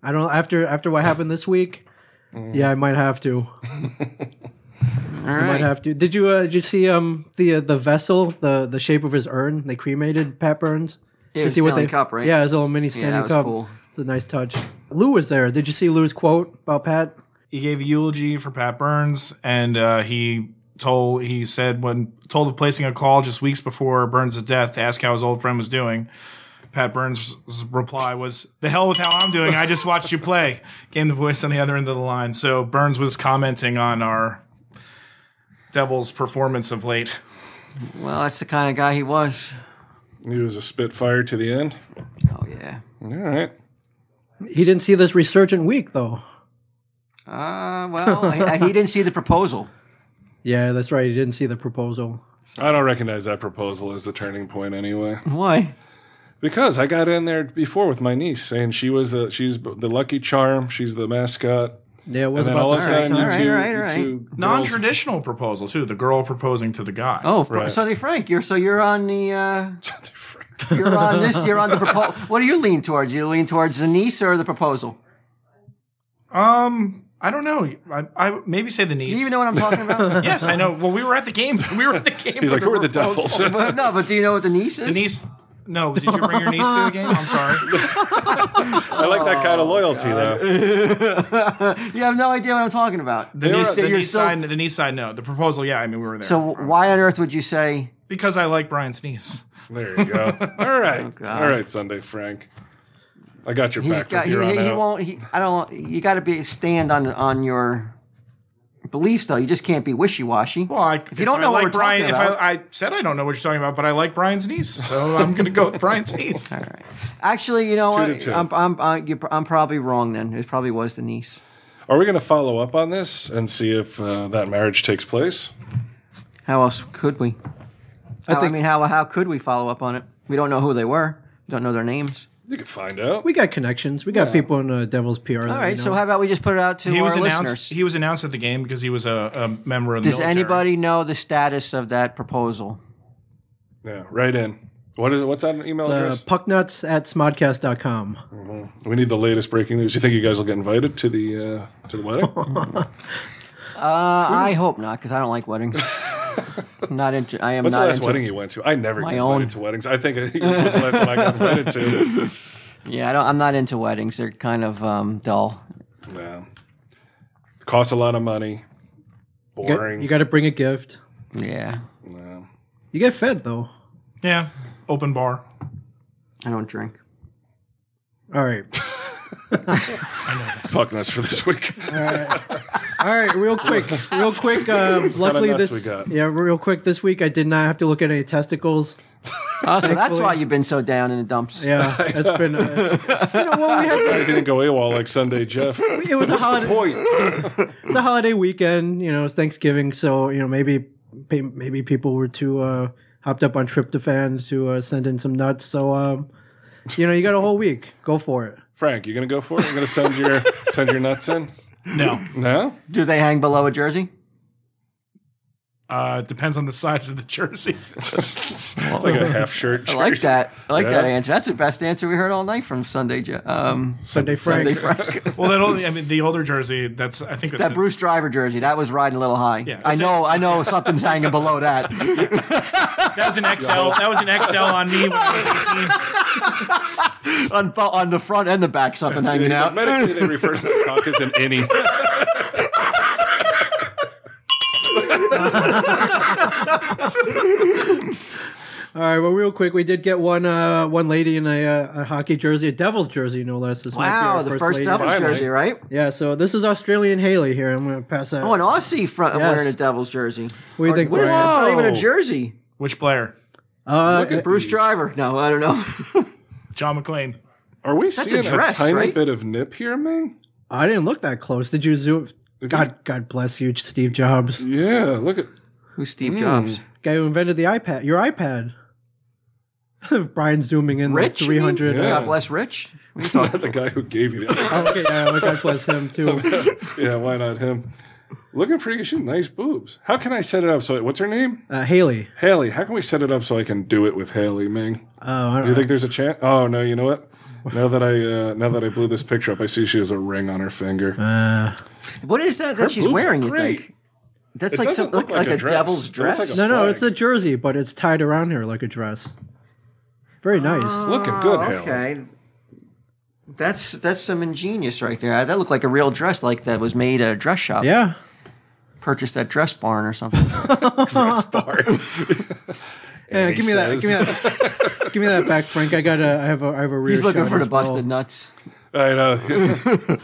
[SPEAKER 5] I don't. After after what happened this week,
[SPEAKER 2] Mm.
[SPEAKER 5] yeah, I might have to.
[SPEAKER 3] All
[SPEAKER 5] I might
[SPEAKER 3] right.
[SPEAKER 5] have to. Did you uh, did you see um the uh, the vessel the the shape of his urn? They cremated Pat Burns.
[SPEAKER 3] Yeah,
[SPEAKER 5] Did you
[SPEAKER 3] it's
[SPEAKER 5] see what
[SPEAKER 3] Stanley
[SPEAKER 5] they-
[SPEAKER 3] Cup, right?
[SPEAKER 5] Yeah, his little mini Stanley
[SPEAKER 3] was
[SPEAKER 5] Cup.
[SPEAKER 3] cool.
[SPEAKER 5] It's a nice touch. Lou was there. Did you see Lou's quote about Pat?
[SPEAKER 1] He gave a eulogy for Pat Burns, and uh, he told he said when told of placing a call just weeks before Burns' death to ask how his old friend was doing. Pat Burns' reply was, "The hell with how I'm doing. I just watched you play." Came the voice on the other end of the line. So Burns was commenting on our Devils' performance of late.
[SPEAKER 3] Well, that's the kind of guy he was.
[SPEAKER 2] He was a spitfire to the end.
[SPEAKER 3] Oh yeah.
[SPEAKER 2] All right.
[SPEAKER 5] He didn't see this resurgent week though.
[SPEAKER 3] Uh, well, he, he didn't see the proposal.
[SPEAKER 5] Yeah, that's right. He didn't see the proposal.
[SPEAKER 2] I don't recognize that proposal as the turning point anyway.
[SPEAKER 3] Why?
[SPEAKER 2] Because I got in there before with my niece, and she was the, she's the lucky charm. She's the mascot.
[SPEAKER 5] Yeah, it
[SPEAKER 2] And
[SPEAKER 5] was
[SPEAKER 2] then
[SPEAKER 5] about
[SPEAKER 2] all
[SPEAKER 5] the
[SPEAKER 2] of a
[SPEAKER 5] same
[SPEAKER 2] sudden, you
[SPEAKER 5] time.
[SPEAKER 2] two,
[SPEAKER 3] All right, all
[SPEAKER 2] you
[SPEAKER 3] right,
[SPEAKER 2] two girls-
[SPEAKER 1] Non-traditional proposal too. The girl proposing to the guy.
[SPEAKER 3] Oh, Fr-
[SPEAKER 2] Right.
[SPEAKER 3] so they Frank, you're so you're on the uh, you're on this, you're on the proposal. What do you lean towards? You lean towards the niece or the proposal?
[SPEAKER 1] Um, I don't know. I, I maybe say the niece.
[SPEAKER 3] Do you even know what I'm talking about?
[SPEAKER 1] yes, I know. Well, we were at the game. We were at the game.
[SPEAKER 2] He's
[SPEAKER 1] for
[SPEAKER 2] like, who are the
[SPEAKER 1] proposal."
[SPEAKER 2] devils?
[SPEAKER 3] But no, but do you know what the niece is?
[SPEAKER 1] The niece. No, did you bring your niece to the game? I'm sorry.
[SPEAKER 2] I like that kind of
[SPEAKER 3] Oh,
[SPEAKER 2] loyalty, though.
[SPEAKER 3] You have no idea what I'm talking about.
[SPEAKER 1] The niece, the
[SPEAKER 3] you're
[SPEAKER 1] niece
[SPEAKER 3] so-
[SPEAKER 1] side. The niece side. No, the proposal. Yeah, I mean, we were there.
[SPEAKER 3] So why on earth would you say?
[SPEAKER 1] because I like Brian's niece.
[SPEAKER 2] There you go. All right, all right, Sunday Frank. I got your
[SPEAKER 3] Oh, He's
[SPEAKER 2] back
[SPEAKER 3] got,
[SPEAKER 2] from
[SPEAKER 3] he,
[SPEAKER 2] here on
[SPEAKER 3] he
[SPEAKER 2] out.
[SPEAKER 3] won't. He, I don't. You got to be stand on on your beliefs, though. You just can't be wishy washy.
[SPEAKER 1] Well, I,
[SPEAKER 3] if you don't know
[SPEAKER 1] I
[SPEAKER 3] what
[SPEAKER 1] like
[SPEAKER 3] we're
[SPEAKER 1] Brian,
[SPEAKER 3] talking
[SPEAKER 1] if
[SPEAKER 3] about,
[SPEAKER 1] I, I said I don't know what you're talking about, but I like Brian's niece, so I'm going to go with Brian's niece.
[SPEAKER 3] actually, you know
[SPEAKER 2] two
[SPEAKER 3] what?
[SPEAKER 2] to two.
[SPEAKER 3] I'm I'm I'm, you, I'm probably wrong. Then it probably was the niece.
[SPEAKER 2] Are we going to follow up on this and see if uh, that marriage takes place?
[SPEAKER 3] How else could we? Oh, I, I
[SPEAKER 5] think-
[SPEAKER 3] mean, how how could we follow up on it? We don't know who they were. We don't know their names.
[SPEAKER 2] You can find out.
[SPEAKER 5] We got connections. We got people in uh, Devil's PR.
[SPEAKER 3] All right. So how about we just put it out to
[SPEAKER 1] He
[SPEAKER 3] our
[SPEAKER 1] was announced.
[SPEAKER 3] listeners?
[SPEAKER 1] He was announced at the game because he was a, a member of the
[SPEAKER 3] Does
[SPEAKER 1] military.
[SPEAKER 3] anybody know the status of that proposal?
[SPEAKER 2] Yeah, right in. What is it? What's that email
[SPEAKER 5] uh,
[SPEAKER 2] address?
[SPEAKER 5] pucknuts at smodcast.com.
[SPEAKER 2] We need the latest breaking news. You think you guys will get invited to the uh, to the wedding?
[SPEAKER 3] Uh, I hope not, because I don't like weddings. I'm not into. I am
[SPEAKER 2] What's the
[SPEAKER 3] not
[SPEAKER 2] last
[SPEAKER 3] into.
[SPEAKER 2] wedding you went to? I never get invited
[SPEAKER 3] own.
[SPEAKER 2] to weddings. I think it was the last one I got invited to.
[SPEAKER 3] Yeah, I don't, I'm not into weddings. They're kind of um, dull.
[SPEAKER 2] No. Costs a lot of money.
[SPEAKER 5] You-
[SPEAKER 2] Boring.
[SPEAKER 5] You got to bring a gift.
[SPEAKER 3] Yeah,
[SPEAKER 2] No.
[SPEAKER 5] You get fed though.
[SPEAKER 1] Yeah, open bar.
[SPEAKER 3] I don't drink.
[SPEAKER 5] All right.
[SPEAKER 2] Fuck nuts for this week.
[SPEAKER 5] All right, real quick, real quick. Um, luckily,
[SPEAKER 2] nuts
[SPEAKER 5] this
[SPEAKER 2] we got.
[SPEAKER 5] yeah, real quick. This week, I did not have to look at any testicles.
[SPEAKER 3] Oh, so that's why you've been so down in the dumps.
[SPEAKER 5] Yeah, that's been. Uh, you know what? We had,
[SPEAKER 2] Guys, you didn't go AWOL like Sunday, Jeff.
[SPEAKER 5] it was a holiday.
[SPEAKER 2] Point.
[SPEAKER 5] It's a holiday weekend. You know, it's Thanksgiving, so you know maybe maybe people were too uh, hopped up on tryptophan to uh, send in some nuts. So, um, you know, you got a whole week. Go for it.
[SPEAKER 2] Frank, you gonna go for it? You gonna send your send your nuts in?
[SPEAKER 1] No,
[SPEAKER 2] No?
[SPEAKER 3] Do they hang below a jersey?
[SPEAKER 1] uh, it depends on the size of the jersey.
[SPEAKER 2] it's like a half shirt.
[SPEAKER 3] I like
[SPEAKER 2] jersey.
[SPEAKER 3] that. I like
[SPEAKER 2] Yeah.
[SPEAKER 3] that answer. That's the best answer we heard all night from Sunday. Je- Um,
[SPEAKER 5] Sunday Frank.
[SPEAKER 3] Sunday Frank.
[SPEAKER 1] well, that only. I mean, the older jersey. That's. I think that's
[SPEAKER 3] that
[SPEAKER 1] it.
[SPEAKER 3] Bruce Driver jersey. That was riding a little high.
[SPEAKER 1] Yeah,
[SPEAKER 3] I
[SPEAKER 1] that's
[SPEAKER 3] know. I know something's hanging below that.
[SPEAKER 1] That was an XL. That was an XL on me when I was 18.
[SPEAKER 3] on, fo- on the front and the back, something
[SPEAKER 2] He's
[SPEAKER 3] hanging
[SPEAKER 2] like,
[SPEAKER 3] out.
[SPEAKER 2] medically, they refer to the cock as an innie.
[SPEAKER 5] All right, well, real quick, we did get one uh, one lady in a, uh, a hockey jersey, a Devils jersey, no less. This might be
[SPEAKER 3] Wow,
[SPEAKER 5] our
[SPEAKER 3] the first
[SPEAKER 5] lady.
[SPEAKER 3] Devils
[SPEAKER 2] Finally.
[SPEAKER 3] jersey, right?
[SPEAKER 5] Yeah, so this is Australian Haley here. I'm going to pass that.
[SPEAKER 3] Oh, an Aussie front
[SPEAKER 5] Yes.
[SPEAKER 3] wearing a Devils jersey.
[SPEAKER 5] What do you
[SPEAKER 3] Or-
[SPEAKER 5] think,
[SPEAKER 3] What is
[SPEAKER 5] Brian?
[SPEAKER 3] that? It's not even a
[SPEAKER 2] Whoa.
[SPEAKER 3] jersey.
[SPEAKER 1] Which player?
[SPEAKER 5] uh,
[SPEAKER 3] Bruce Driver. No, I don't know.
[SPEAKER 1] John McLean.
[SPEAKER 2] Are we
[SPEAKER 3] a
[SPEAKER 2] seeing a,
[SPEAKER 3] dress,
[SPEAKER 2] tiny
[SPEAKER 3] right?
[SPEAKER 2] bit of nip here, Ming?
[SPEAKER 5] I didn't look that close. Did you zoom? God, God bless you, Steve Jobs,
[SPEAKER 2] Yeah, look at
[SPEAKER 3] Who's
[SPEAKER 2] Hmm.
[SPEAKER 3] Steve Jobs?
[SPEAKER 5] guy who invented the iPad. Your iPad. Brian zooming in
[SPEAKER 3] Rich?
[SPEAKER 5] like
[SPEAKER 3] you mean?
[SPEAKER 5] 300.
[SPEAKER 2] Yeah.
[SPEAKER 5] uh,
[SPEAKER 3] God bless Rich.
[SPEAKER 2] not the guy who gave you that.
[SPEAKER 5] Oh, okay, yeah, well, God bless him too.
[SPEAKER 2] yeah, why not him? Looking pretty good. Nice boobs. How can I set it up so? What's her name?
[SPEAKER 5] Uh, Haley.
[SPEAKER 2] Haley. How can we set it up so I can do it with Haley Ming?
[SPEAKER 5] Uh,
[SPEAKER 2] Do you think there's a chance? Oh no, you know what? Now that I uh, now that I blew this picture up, I see she has a ring on her finger.
[SPEAKER 5] Uh,
[SPEAKER 3] What is that that
[SPEAKER 2] Her
[SPEAKER 3] she's
[SPEAKER 2] boobs
[SPEAKER 3] wearing,
[SPEAKER 2] are
[SPEAKER 3] you
[SPEAKER 2] great.
[SPEAKER 3] think? That's
[SPEAKER 2] It
[SPEAKER 3] like
[SPEAKER 2] doesn't
[SPEAKER 3] some,
[SPEAKER 2] look
[SPEAKER 3] like,
[SPEAKER 2] like
[SPEAKER 3] like
[SPEAKER 2] a
[SPEAKER 3] a,
[SPEAKER 2] dress.
[SPEAKER 3] devil's
[SPEAKER 2] It looks
[SPEAKER 3] dress.
[SPEAKER 2] like a
[SPEAKER 5] no, no,
[SPEAKER 2] flag.
[SPEAKER 5] it's a jersey, but it's tied around her like a dress. Very
[SPEAKER 3] Ah.
[SPEAKER 5] nice.
[SPEAKER 2] Looking good, Haley.
[SPEAKER 3] okay. That's that's some ingenious right there. That looked like a real dress, like that was made at a dress shop.
[SPEAKER 5] Yeah.
[SPEAKER 3] Purchased at Dress Barn or something.
[SPEAKER 2] Dress bar.
[SPEAKER 5] Yeah,
[SPEAKER 2] And he
[SPEAKER 5] give me that.
[SPEAKER 2] says-
[SPEAKER 5] Give me that. give me that back, Frank. I got a. I have a. I have a rear.
[SPEAKER 3] He's looking
[SPEAKER 5] shot
[SPEAKER 3] for the
[SPEAKER 5] as well.
[SPEAKER 3] busted nuts.
[SPEAKER 2] I know.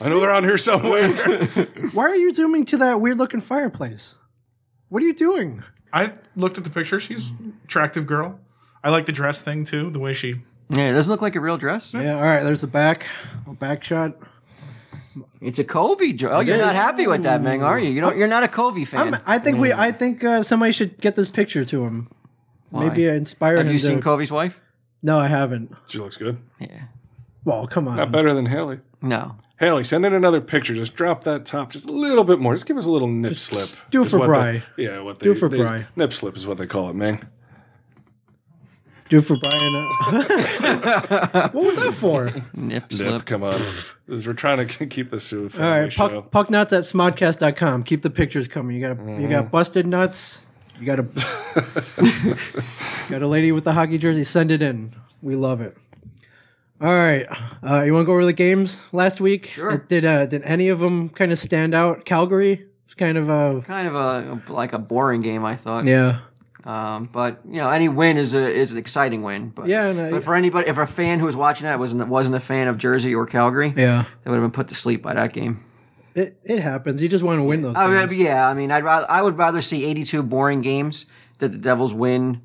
[SPEAKER 2] I know they're on here somewhere.
[SPEAKER 5] Why are you zooming to that weird looking fireplace? What are you doing?
[SPEAKER 1] I looked at the picture. She's an attractive girl. I like the dress thing too. The way she.
[SPEAKER 3] Yeah, it doesn't look like a real dress.
[SPEAKER 5] Yeah. All right. There's the back. A back shot.
[SPEAKER 3] It's a Covey dress. Oh, you're
[SPEAKER 5] is.
[SPEAKER 3] not happy with that, Meng, are you? You don't. You're not a Covey fan.
[SPEAKER 5] I'm, I think we. I think uh, somebody should get this picture to him.
[SPEAKER 3] Why?
[SPEAKER 5] Maybe inspire
[SPEAKER 3] Have
[SPEAKER 5] him.
[SPEAKER 3] you
[SPEAKER 5] to-
[SPEAKER 3] seen Covey's wife?
[SPEAKER 5] No, I haven't.
[SPEAKER 2] she looks good.
[SPEAKER 3] Yeah.
[SPEAKER 5] Well, come on.
[SPEAKER 2] Not better than Haley.
[SPEAKER 3] No.
[SPEAKER 2] Haley, send in another picture. Just drop that top just a little bit more. Just give us a little nip slip.
[SPEAKER 5] do it
[SPEAKER 2] is
[SPEAKER 5] for
[SPEAKER 2] what
[SPEAKER 5] Bri.
[SPEAKER 2] they- yeah, what they
[SPEAKER 5] Do it for
[SPEAKER 2] they-
[SPEAKER 5] Bri.
[SPEAKER 2] Nip slip is what they call it, man.
[SPEAKER 5] Do for Brian. uh, what was that for?
[SPEAKER 3] Nip
[SPEAKER 2] Nip,
[SPEAKER 3] slip.
[SPEAKER 2] come on. 'Cause We're trying to keep this to a
[SPEAKER 5] All
[SPEAKER 2] family
[SPEAKER 5] right,
[SPEAKER 2] show.
[SPEAKER 5] puck, puck nuts at smodcast.com. Keep the pictures coming. You got a, you
[SPEAKER 3] Mm-hmm.
[SPEAKER 5] got busted nuts. You got a got a lady with the hockey jersey. Send it in. We love it. All right, uh, you want to go over the games last week? Sure. Did uh, did any of them kind of stand out? Calgary was kind of uh,
[SPEAKER 3] Kind of a like a boring game, I thought.
[SPEAKER 5] yeah.
[SPEAKER 3] Um, but you know, any win is a is an exciting win. But
[SPEAKER 5] Yeah, and I-
[SPEAKER 3] but for anybody, if a fan who was watching that wasn't wasn't a fan of Jersey or Calgary,
[SPEAKER 5] Yeah,
[SPEAKER 3] they would have been put to sleep by that game.
[SPEAKER 5] it, it happens. You just want to win those.
[SPEAKER 3] I
[SPEAKER 5] games.
[SPEAKER 3] mean, yeah, I mean, I'd rather I would rather see 82 boring games that the Devils win,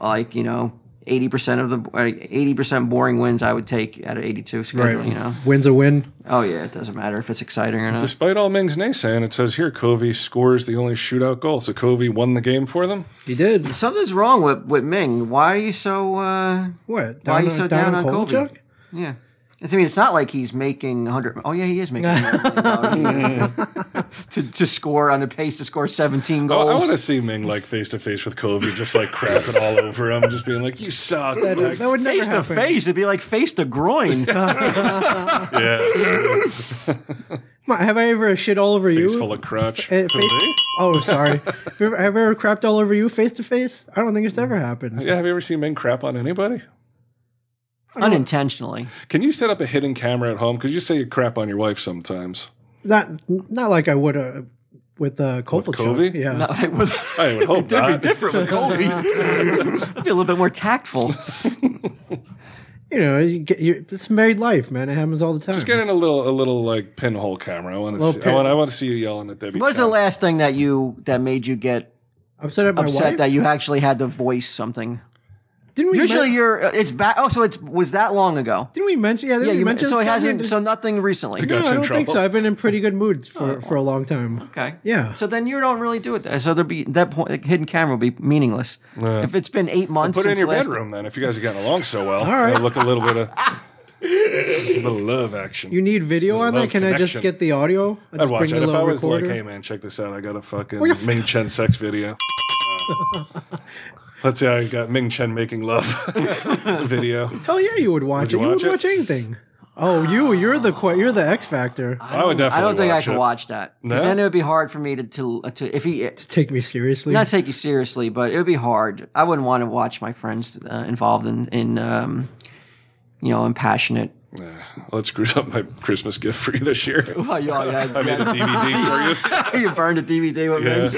[SPEAKER 3] like you know, 80 percent of the 80 percent boring wins I would take out of 82 schedule. You know,
[SPEAKER 5] Wins a win.
[SPEAKER 3] oh yeah, it doesn't matter if it's exciting or not.
[SPEAKER 2] Despite all Ming's naysaying, it says here Covey scores the only shootout goal. So Covey won the game for them.
[SPEAKER 5] He did.
[SPEAKER 3] Something's wrong with with Ming. Why are you so? uh
[SPEAKER 5] What?
[SPEAKER 3] Why are you so down on Colby?
[SPEAKER 5] Kovalchuk?
[SPEAKER 3] Yeah. It's, I mean, it's not like he's making 100. Oh, yeah, he is making 100 million to, to score on a pace to score 17
[SPEAKER 2] Oh,
[SPEAKER 3] goals.
[SPEAKER 2] I want to see Ming like face to face with Covey, just like crapping all over him, just being like, "You suck." Like,
[SPEAKER 5] That would never
[SPEAKER 3] face to
[SPEAKER 5] happen.
[SPEAKER 3] face. It'd be like face to groin.
[SPEAKER 2] yeah,
[SPEAKER 5] Come on, Have I ever shit all over you?
[SPEAKER 2] he's full of crutch.
[SPEAKER 5] Eh,
[SPEAKER 2] Could
[SPEAKER 5] face-
[SPEAKER 2] be.
[SPEAKER 5] oh, sorry. have, you ever, have I ever crapped all over you face to face? I don't think it's
[SPEAKER 2] Mm.
[SPEAKER 5] ever happened.
[SPEAKER 2] Yeah, have you ever seen Ming crap on anybody?
[SPEAKER 3] Unintentionally.
[SPEAKER 2] Can you set up a hidden camera at home? Because you say you crap on your wife sometimes.
[SPEAKER 5] Not not like I would uh, with uh, Kovalchuk.
[SPEAKER 2] Covey?
[SPEAKER 5] Yeah.
[SPEAKER 3] No, it would
[SPEAKER 2] I would hope
[SPEAKER 3] be
[SPEAKER 2] not.
[SPEAKER 3] different with Colby. It'd be a little bit more tactful.
[SPEAKER 5] You know, you get, you, it's married life, man. It happens all the time.
[SPEAKER 2] Just get in a little, a little like pinhole camera. I want to
[SPEAKER 5] Little
[SPEAKER 2] see. I
[SPEAKER 5] pin-
[SPEAKER 2] want, I want to see you yelling at Debbie.
[SPEAKER 3] What was the
[SPEAKER 2] Chow.
[SPEAKER 3] last thing that you that made you get
[SPEAKER 5] upset at my
[SPEAKER 3] upset
[SPEAKER 5] wife.
[SPEAKER 3] that you actually had to voice something?
[SPEAKER 5] didn't we
[SPEAKER 3] Usually,
[SPEAKER 5] men-
[SPEAKER 3] you're it's back. Oh, so it's was that long ago?
[SPEAKER 5] didn't we mention? Yeah, didn't
[SPEAKER 3] Yeah,
[SPEAKER 5] we
[SPEAKER 3] you,
[SPEAKER 5] mention
[SPEAKER 3] so it
[SPEAKER 5] this guy?
[SPEAKER 3] hasn't. So nothing recently.
[SPEAKER 5] no,
[SPEAKER 2] Got you
[SPEAKER 5] I
[SPEAKER 2] in
[SPEAKER 5] don't think
[SPEAKER 2] trouble.
[SPEAKER 5] so. I've been in pretty good moods
[SPEAKER 3] Oh.
[SPEAKER 5] for, for a long time.
[SPEAKER 3] Okay.
[SPEAKER 5] Yeah.
[SPEAKER 3] So then you don't really do it. So there be that point. Like, hidden camera will be meaningless. if it's been eight months,
[SPEAKER 2] Put it in
[SPEAKER 3] since
[SPEAKER 2] your
[SPEAKER 3] last-
[SPEAKER 2] bedroom then. If you guys are getting along so well, all
[SPEAKER 5] right.
[SPEAKER 2] look a little bit of a little love action.
[SPEAKER 5] You need video on that?
[SPEAKER 2] love
[SPEAKER 5] Can I just
[SPEAKER 2] connection.
[SPEAKER 5] get the audio? I
[SPEAKER 2] I'd
[SPEAKER 5] just
[SPEAKER 2] watch
[SPEAKER 5] bring
[SPEAKER 2] it
[SPEAKER 5] the
[SPEAKER 2] if I
[SPEAKER 5] little
[SPEAKER 2] was like,
[SPEAKER 5] recorder?
[SPEAKER 2] "Hey man, check this out! I got a fucking
[SPEAKER 5] Well, you're-
[SPEAKER 2] Ming Chen sex video." Uh, Let's say I got Ming Chen making love video.
[SPEAKER 5] Hell yeah, you would watch
[SPEAKER 2] you
[SPEAKER 5] it. You
[SPEAKER 2] watch
[SPEAKER 5] would
[SPEAKER 2] it?
[SPEAKER 5] watch anything. Oh, you, you're the que- you're the X Factor.
[SPEAKER 2] I, would definitely.
[SPEAKER 3] I don't think I
[SPEAKER 2] watch
[SPEAKER 3] could
[SPEAKER 2] it.
[SPEAKER 3] watch that. 'Cause
[SPEAKER 2] No?
[SPEAKER 3] Then it would be hard for me to to, uh, to if he
[SPEAKER 5] Take me seriously.
[SPEAKER 3] not take you seriously, but it would be hard. I wouldn't want to watch my friends uh, involved in in um, you know, in passionate.
[SPEAKER 2] Well, it screws up my Christmas gift for you this year.
[SPEAKER 3] Oh, yeah,
[SPEAKER 2] I made a DVD for you.
[SPEAKER 3] you burned a DVD with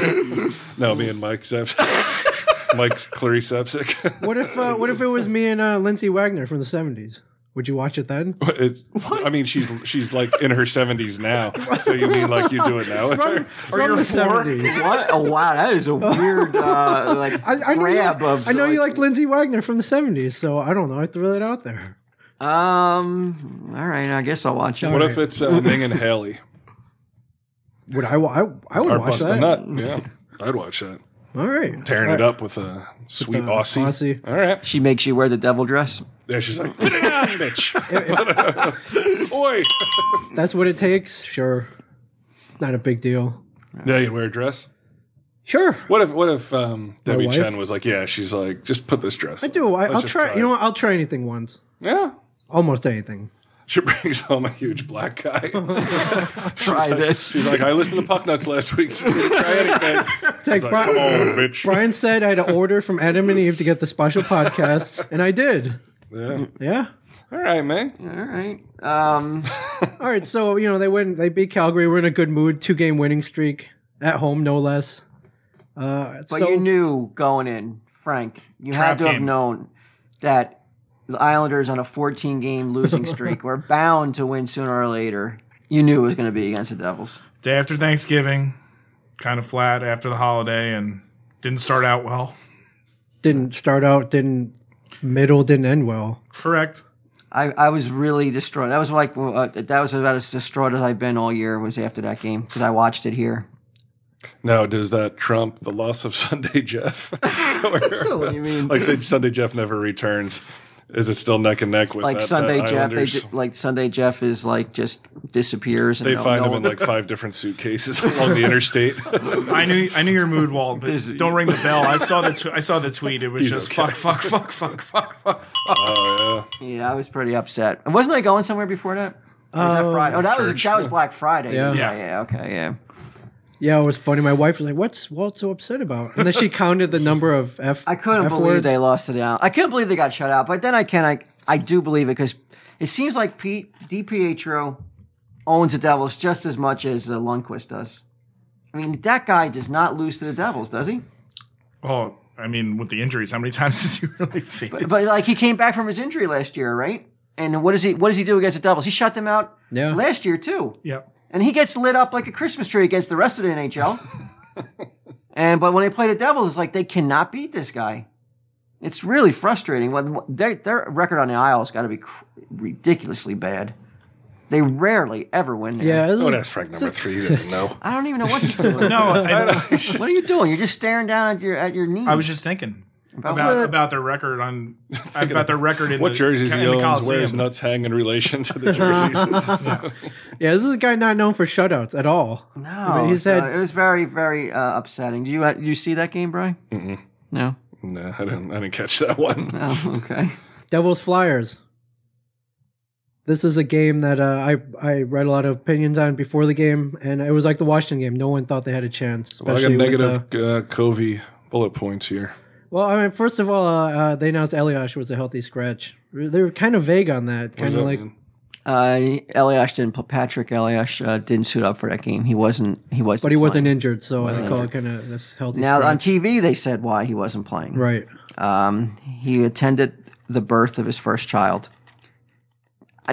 [SPEAKER 3] me.
[SPEAKER 2] No, me and Mike Zepsik. Mike's Clarice Zepsik.
[SPEAKER 5] What if uh, what if it was me and uh, Lindsay Wagner from the seventies? Would you watch it then?
[SPEAKER 2] It- I mean, she's she's like in her seventies now. So you mean like you do it now? with her?
[SPEAKER 5] Or
[SPEAKER 1] your floor?
[SPEAKER 3] What? Oh, wow, that is a weird uh, like
[SPEAKER 5] I, I know, you
[SPEAKER 3] grab
[SPEAKER 5] like,
[SPEAKER 3] of.
[SPEAKER 5] I know you like Lindsay Wagner from the seventies, so I don't know. I threw that out there.
[SPEAKER 3] Um. All right, I guess I'll watch it.
[SPEAKER 2] What if it's uh, Ming and Haley
[SPEAKER 5] Would I? wa- I, I would
[SPEAKER 2] are
[SPEAKER 5] watch
[SPEAKER 2] busting
[SPEAKER 5] that.
[SPEAKER 2] nut? Yeah, I'd watch that.
[SPEAKER 5] All right.
[SPEAKER 2] Tearing it up with a sweet
[SPEAKER 5] the
[SPEAKER 2] Aussie.
[SPEAKER 5] Aussie.
[SPEAKER 2] All right.
[SPEAKER 3] She makes you wear the devil dress.
[SPEAKER 2] Yeah, she's like, put it on, bitch. Oi.
[SPEAKER 5] That's what it takes. Sure. It's not a big deal.
[SPEAKER 2] Yeah, you'd wear a dress.
[SPEAKER 5] Sure.
[SPEAKER 2] What if what if um, Debbie
[SPEAKER 5] wife?
[SPEAKER 2] Chen was like, yeah, she's like, just put this dress.
[SPEAKER 5] I do. I,
[SPEAKER 2] Let's
[SPEAKER 5] I'll
[SPEAKER 2] just
[SPEAKER 5] try. You know,
[SPEAKER 2] it."
[SPEAKER 5] what? I'll try anything once.
[SPEAKER 2] Yeah.
[SPEAKER 5] Almost anything.
[SPEAKER 2] She brings home a huge black guy.
[SPEAKER 3] Try this.
[SPEAKER 2] She's like, I listened to Pucknuts last week. You can Try anything.
[SPEAKER 5] It's like,
[SPEAKER 2] She's like,
[SPEAKER 5] Bri-
[SPEAKER 2] come on, bitch.
[SPEAKER 5] Brian said I had to order from Adam and Eve to get the special podcast, and I did.
[SPEAKER 2] Yeah.
[SPEAKER 5] Yeah.
[SPEAKER 2] All right, man.
[SPEAKER 3] All right. Um.
[SPEAKER 5] All right. So you know they win. They beat Calgary. We're in a good mood. Two game winning streak at home, no less. Uh,
[SPEAKER 3] But
[SPEAKER 5] so
[SPEAKER 3] you knew going in, Frank. You had
[SPEAKER 1] Trap
[SPEAKER 3] to have
[SPEAKER 1] game.
[SPEAKER 3] known that the Islanders on a 14 game losing streak were bound to win sooner or later. You knew it was going to be against the Devils.
[SPEAKER 1] Day after Thanksgiving, kind of flat after the holiday, and didn't start out well.
[SPEAKER 5] didn't start out. Didn't middle. Didn't end well.
[SPEAKER 1] Correct.
[SPEAKER 3] I, I was really distraught. That was like uh, that was about as distraught as I've been all year. Was after that game because I watched it here.
[SPEAKER 2] Now, does that trump the loss of Sunday Jeff? what
[SPEAKER 3] do you mean?
[SPEAKER 2] Like, say, Sunday Jeff never returns. Is it still neck and neck with
[SPEAKER 3] Like
[SPEAKER 2] that, that
[SPEAKER 3] Sunday Jeff, they
[SPEAKER 2] Islanders?
[SPEAKER 3] ju- like Sunday Jeff is like just disappears. And
[SPEAKER 2] They
[SPEAKER 3] no-
[SPEAKER 2] find
[SPEAKER 3] no
[SPEAKER 2] him in
[SPEAKER 3] one-
[SPEAKER 2] like five different suitcases along the interstate.
[SPEAKER 1] I knew I knew your mood, Walt, but don't ring the bell. I saw the tw- I saw the tweet. It was
[SPEAKER 2] He's
[SPEAKER 1] just
[SPEAKER 2] okay.
[SPEAKER 1] fuck, fuck, fuck, fuck, fuck, fuck, fuck.
[SPEAKER 2] oh yeah.
[SPEAKER 3] Yeah, I was pretty upset. And wasn't I going somewhere before that? Or was that Friday? Oh, that was that was Black Friday.
[SPEAKER 5] Yeah.
[SPEAKER 3] Yeah, yeah,
[SPEAKER 1] Yeah.
[SPEAKER 3] okay, yeah.
[SPEAKER 5] Yeah, it was funny. My wife was like, "What's Walt so upset about?" And then she counted the number of f.
[SPEAKER 3] I couldn't
[SPEAKER 5] F
[SPEAKER 3] believe
[SPEAKER 5] words.
[SPEAKER 3] they lost it out. I couldn't believe they got shut out. But then I can I I do believe it because it seems like Pete DiPietro owns the Devils just as much as uh, Lundqvist does. I mean, that guy does not lose to the Devils, does he?
[SPEAKER 1] Oh, I mean, with the injuries, how many times has he really faced?
[SPEAKER 3] But like he came back from his injury last year, right? And what does he what does he do against the Devils? He shut them out
[SPEAKER 5] Yeah.
[SPEAKER 3] last year too.
[SPEAKER 1] yeah.
[SPEAKER 3] and he gets lit up like a Christmas tree against the rest of the NHL. and but when they play the Devils, it's like they cannot beat this guy. It's really frustrating. When their their record on the aisle has got to be cr- ridiculously bad. They rarely ever win. There.
[SPEAKER 5] Yeah, it was
[SPEAKER 2] Don't
[SPEAKER 5] like-
[SPEAKER 2] ask Frank number three. He doesn't know.
[SPEAKER 3] I don't even know what he's doing.
[SPEAKER 1] No, I,
[SPEAKER 3] What are you doing? You're just staring down at your at your knees.
[SPEAKER 1] I was just thinking about
[SPEAKER 3] what?
[SPEAKER 1] about their record on about their record in
[SPEAKER 2] What
[SPEAKER 1] the,
[SPEAKER 2] jerseys
[SPEAKER 1] in
[SPEAKER 2] he
[SPEAKER 1] the
[SPEAKER 2] owns,
[SPEAKER 1] Coliseum.
[SPEAKER 2] where his nuts hang in relation to the jerseys.
[SPEAKER 5] yeah, this is a guy not known for shutouts at all. I
[SPEAKER 3] no.
[SPEAKER 5] mean, he said-
[SPEAKER 3] so it was very very uh, upsetting. Do you uh, you see that game, Brian? Mm-mm. No.
[SPEAKER 2] no, I didn't. I didn't catch that one.
[SPEAKER 3] Oh, okay.
[SPEAKER 5] Devils Flyers. This is a game that uh, I I read a lot of opinions on before the game, and it was like the Washington game. No one thought they had a chance.
[SPEAKER 2] Well, I got
[SPEAKER 5] especially with,
[SPEAKER 2] negative
[SPEAKER 5] uh,
[SPEAKER 2] uh, Covey bullet points here.
[SPEAKER 5] well, I mean, first of all, uh, uh, they announced Eliash was a healthy scratch. They were kind of vague on that.
[SPEAKER 2] What does
[SPEAKER 5] Kind of
[SPEAKER 2] that
[SPEAKER 5] like,
[SPEAKER 2] mean?
[SPEAKER 3] Uh, Eliash didn't. Patrick Eliash uh, didn't suit up for that game. He wasn't. He wasn't.
[SPEAKER 5] but he
[SPEAKER 3] playing.
[SPEAKER 5] wasn't injured, so I call it kind of this healthy.
[SPEAKER 3] Now
[SPEAKER 5] scratch.
[SPEAKER 3] on TV, they said why he wasn't playing.
[SPEAKER 5] right?
[SPEAKER 3] Um, he attended the birth of his first child.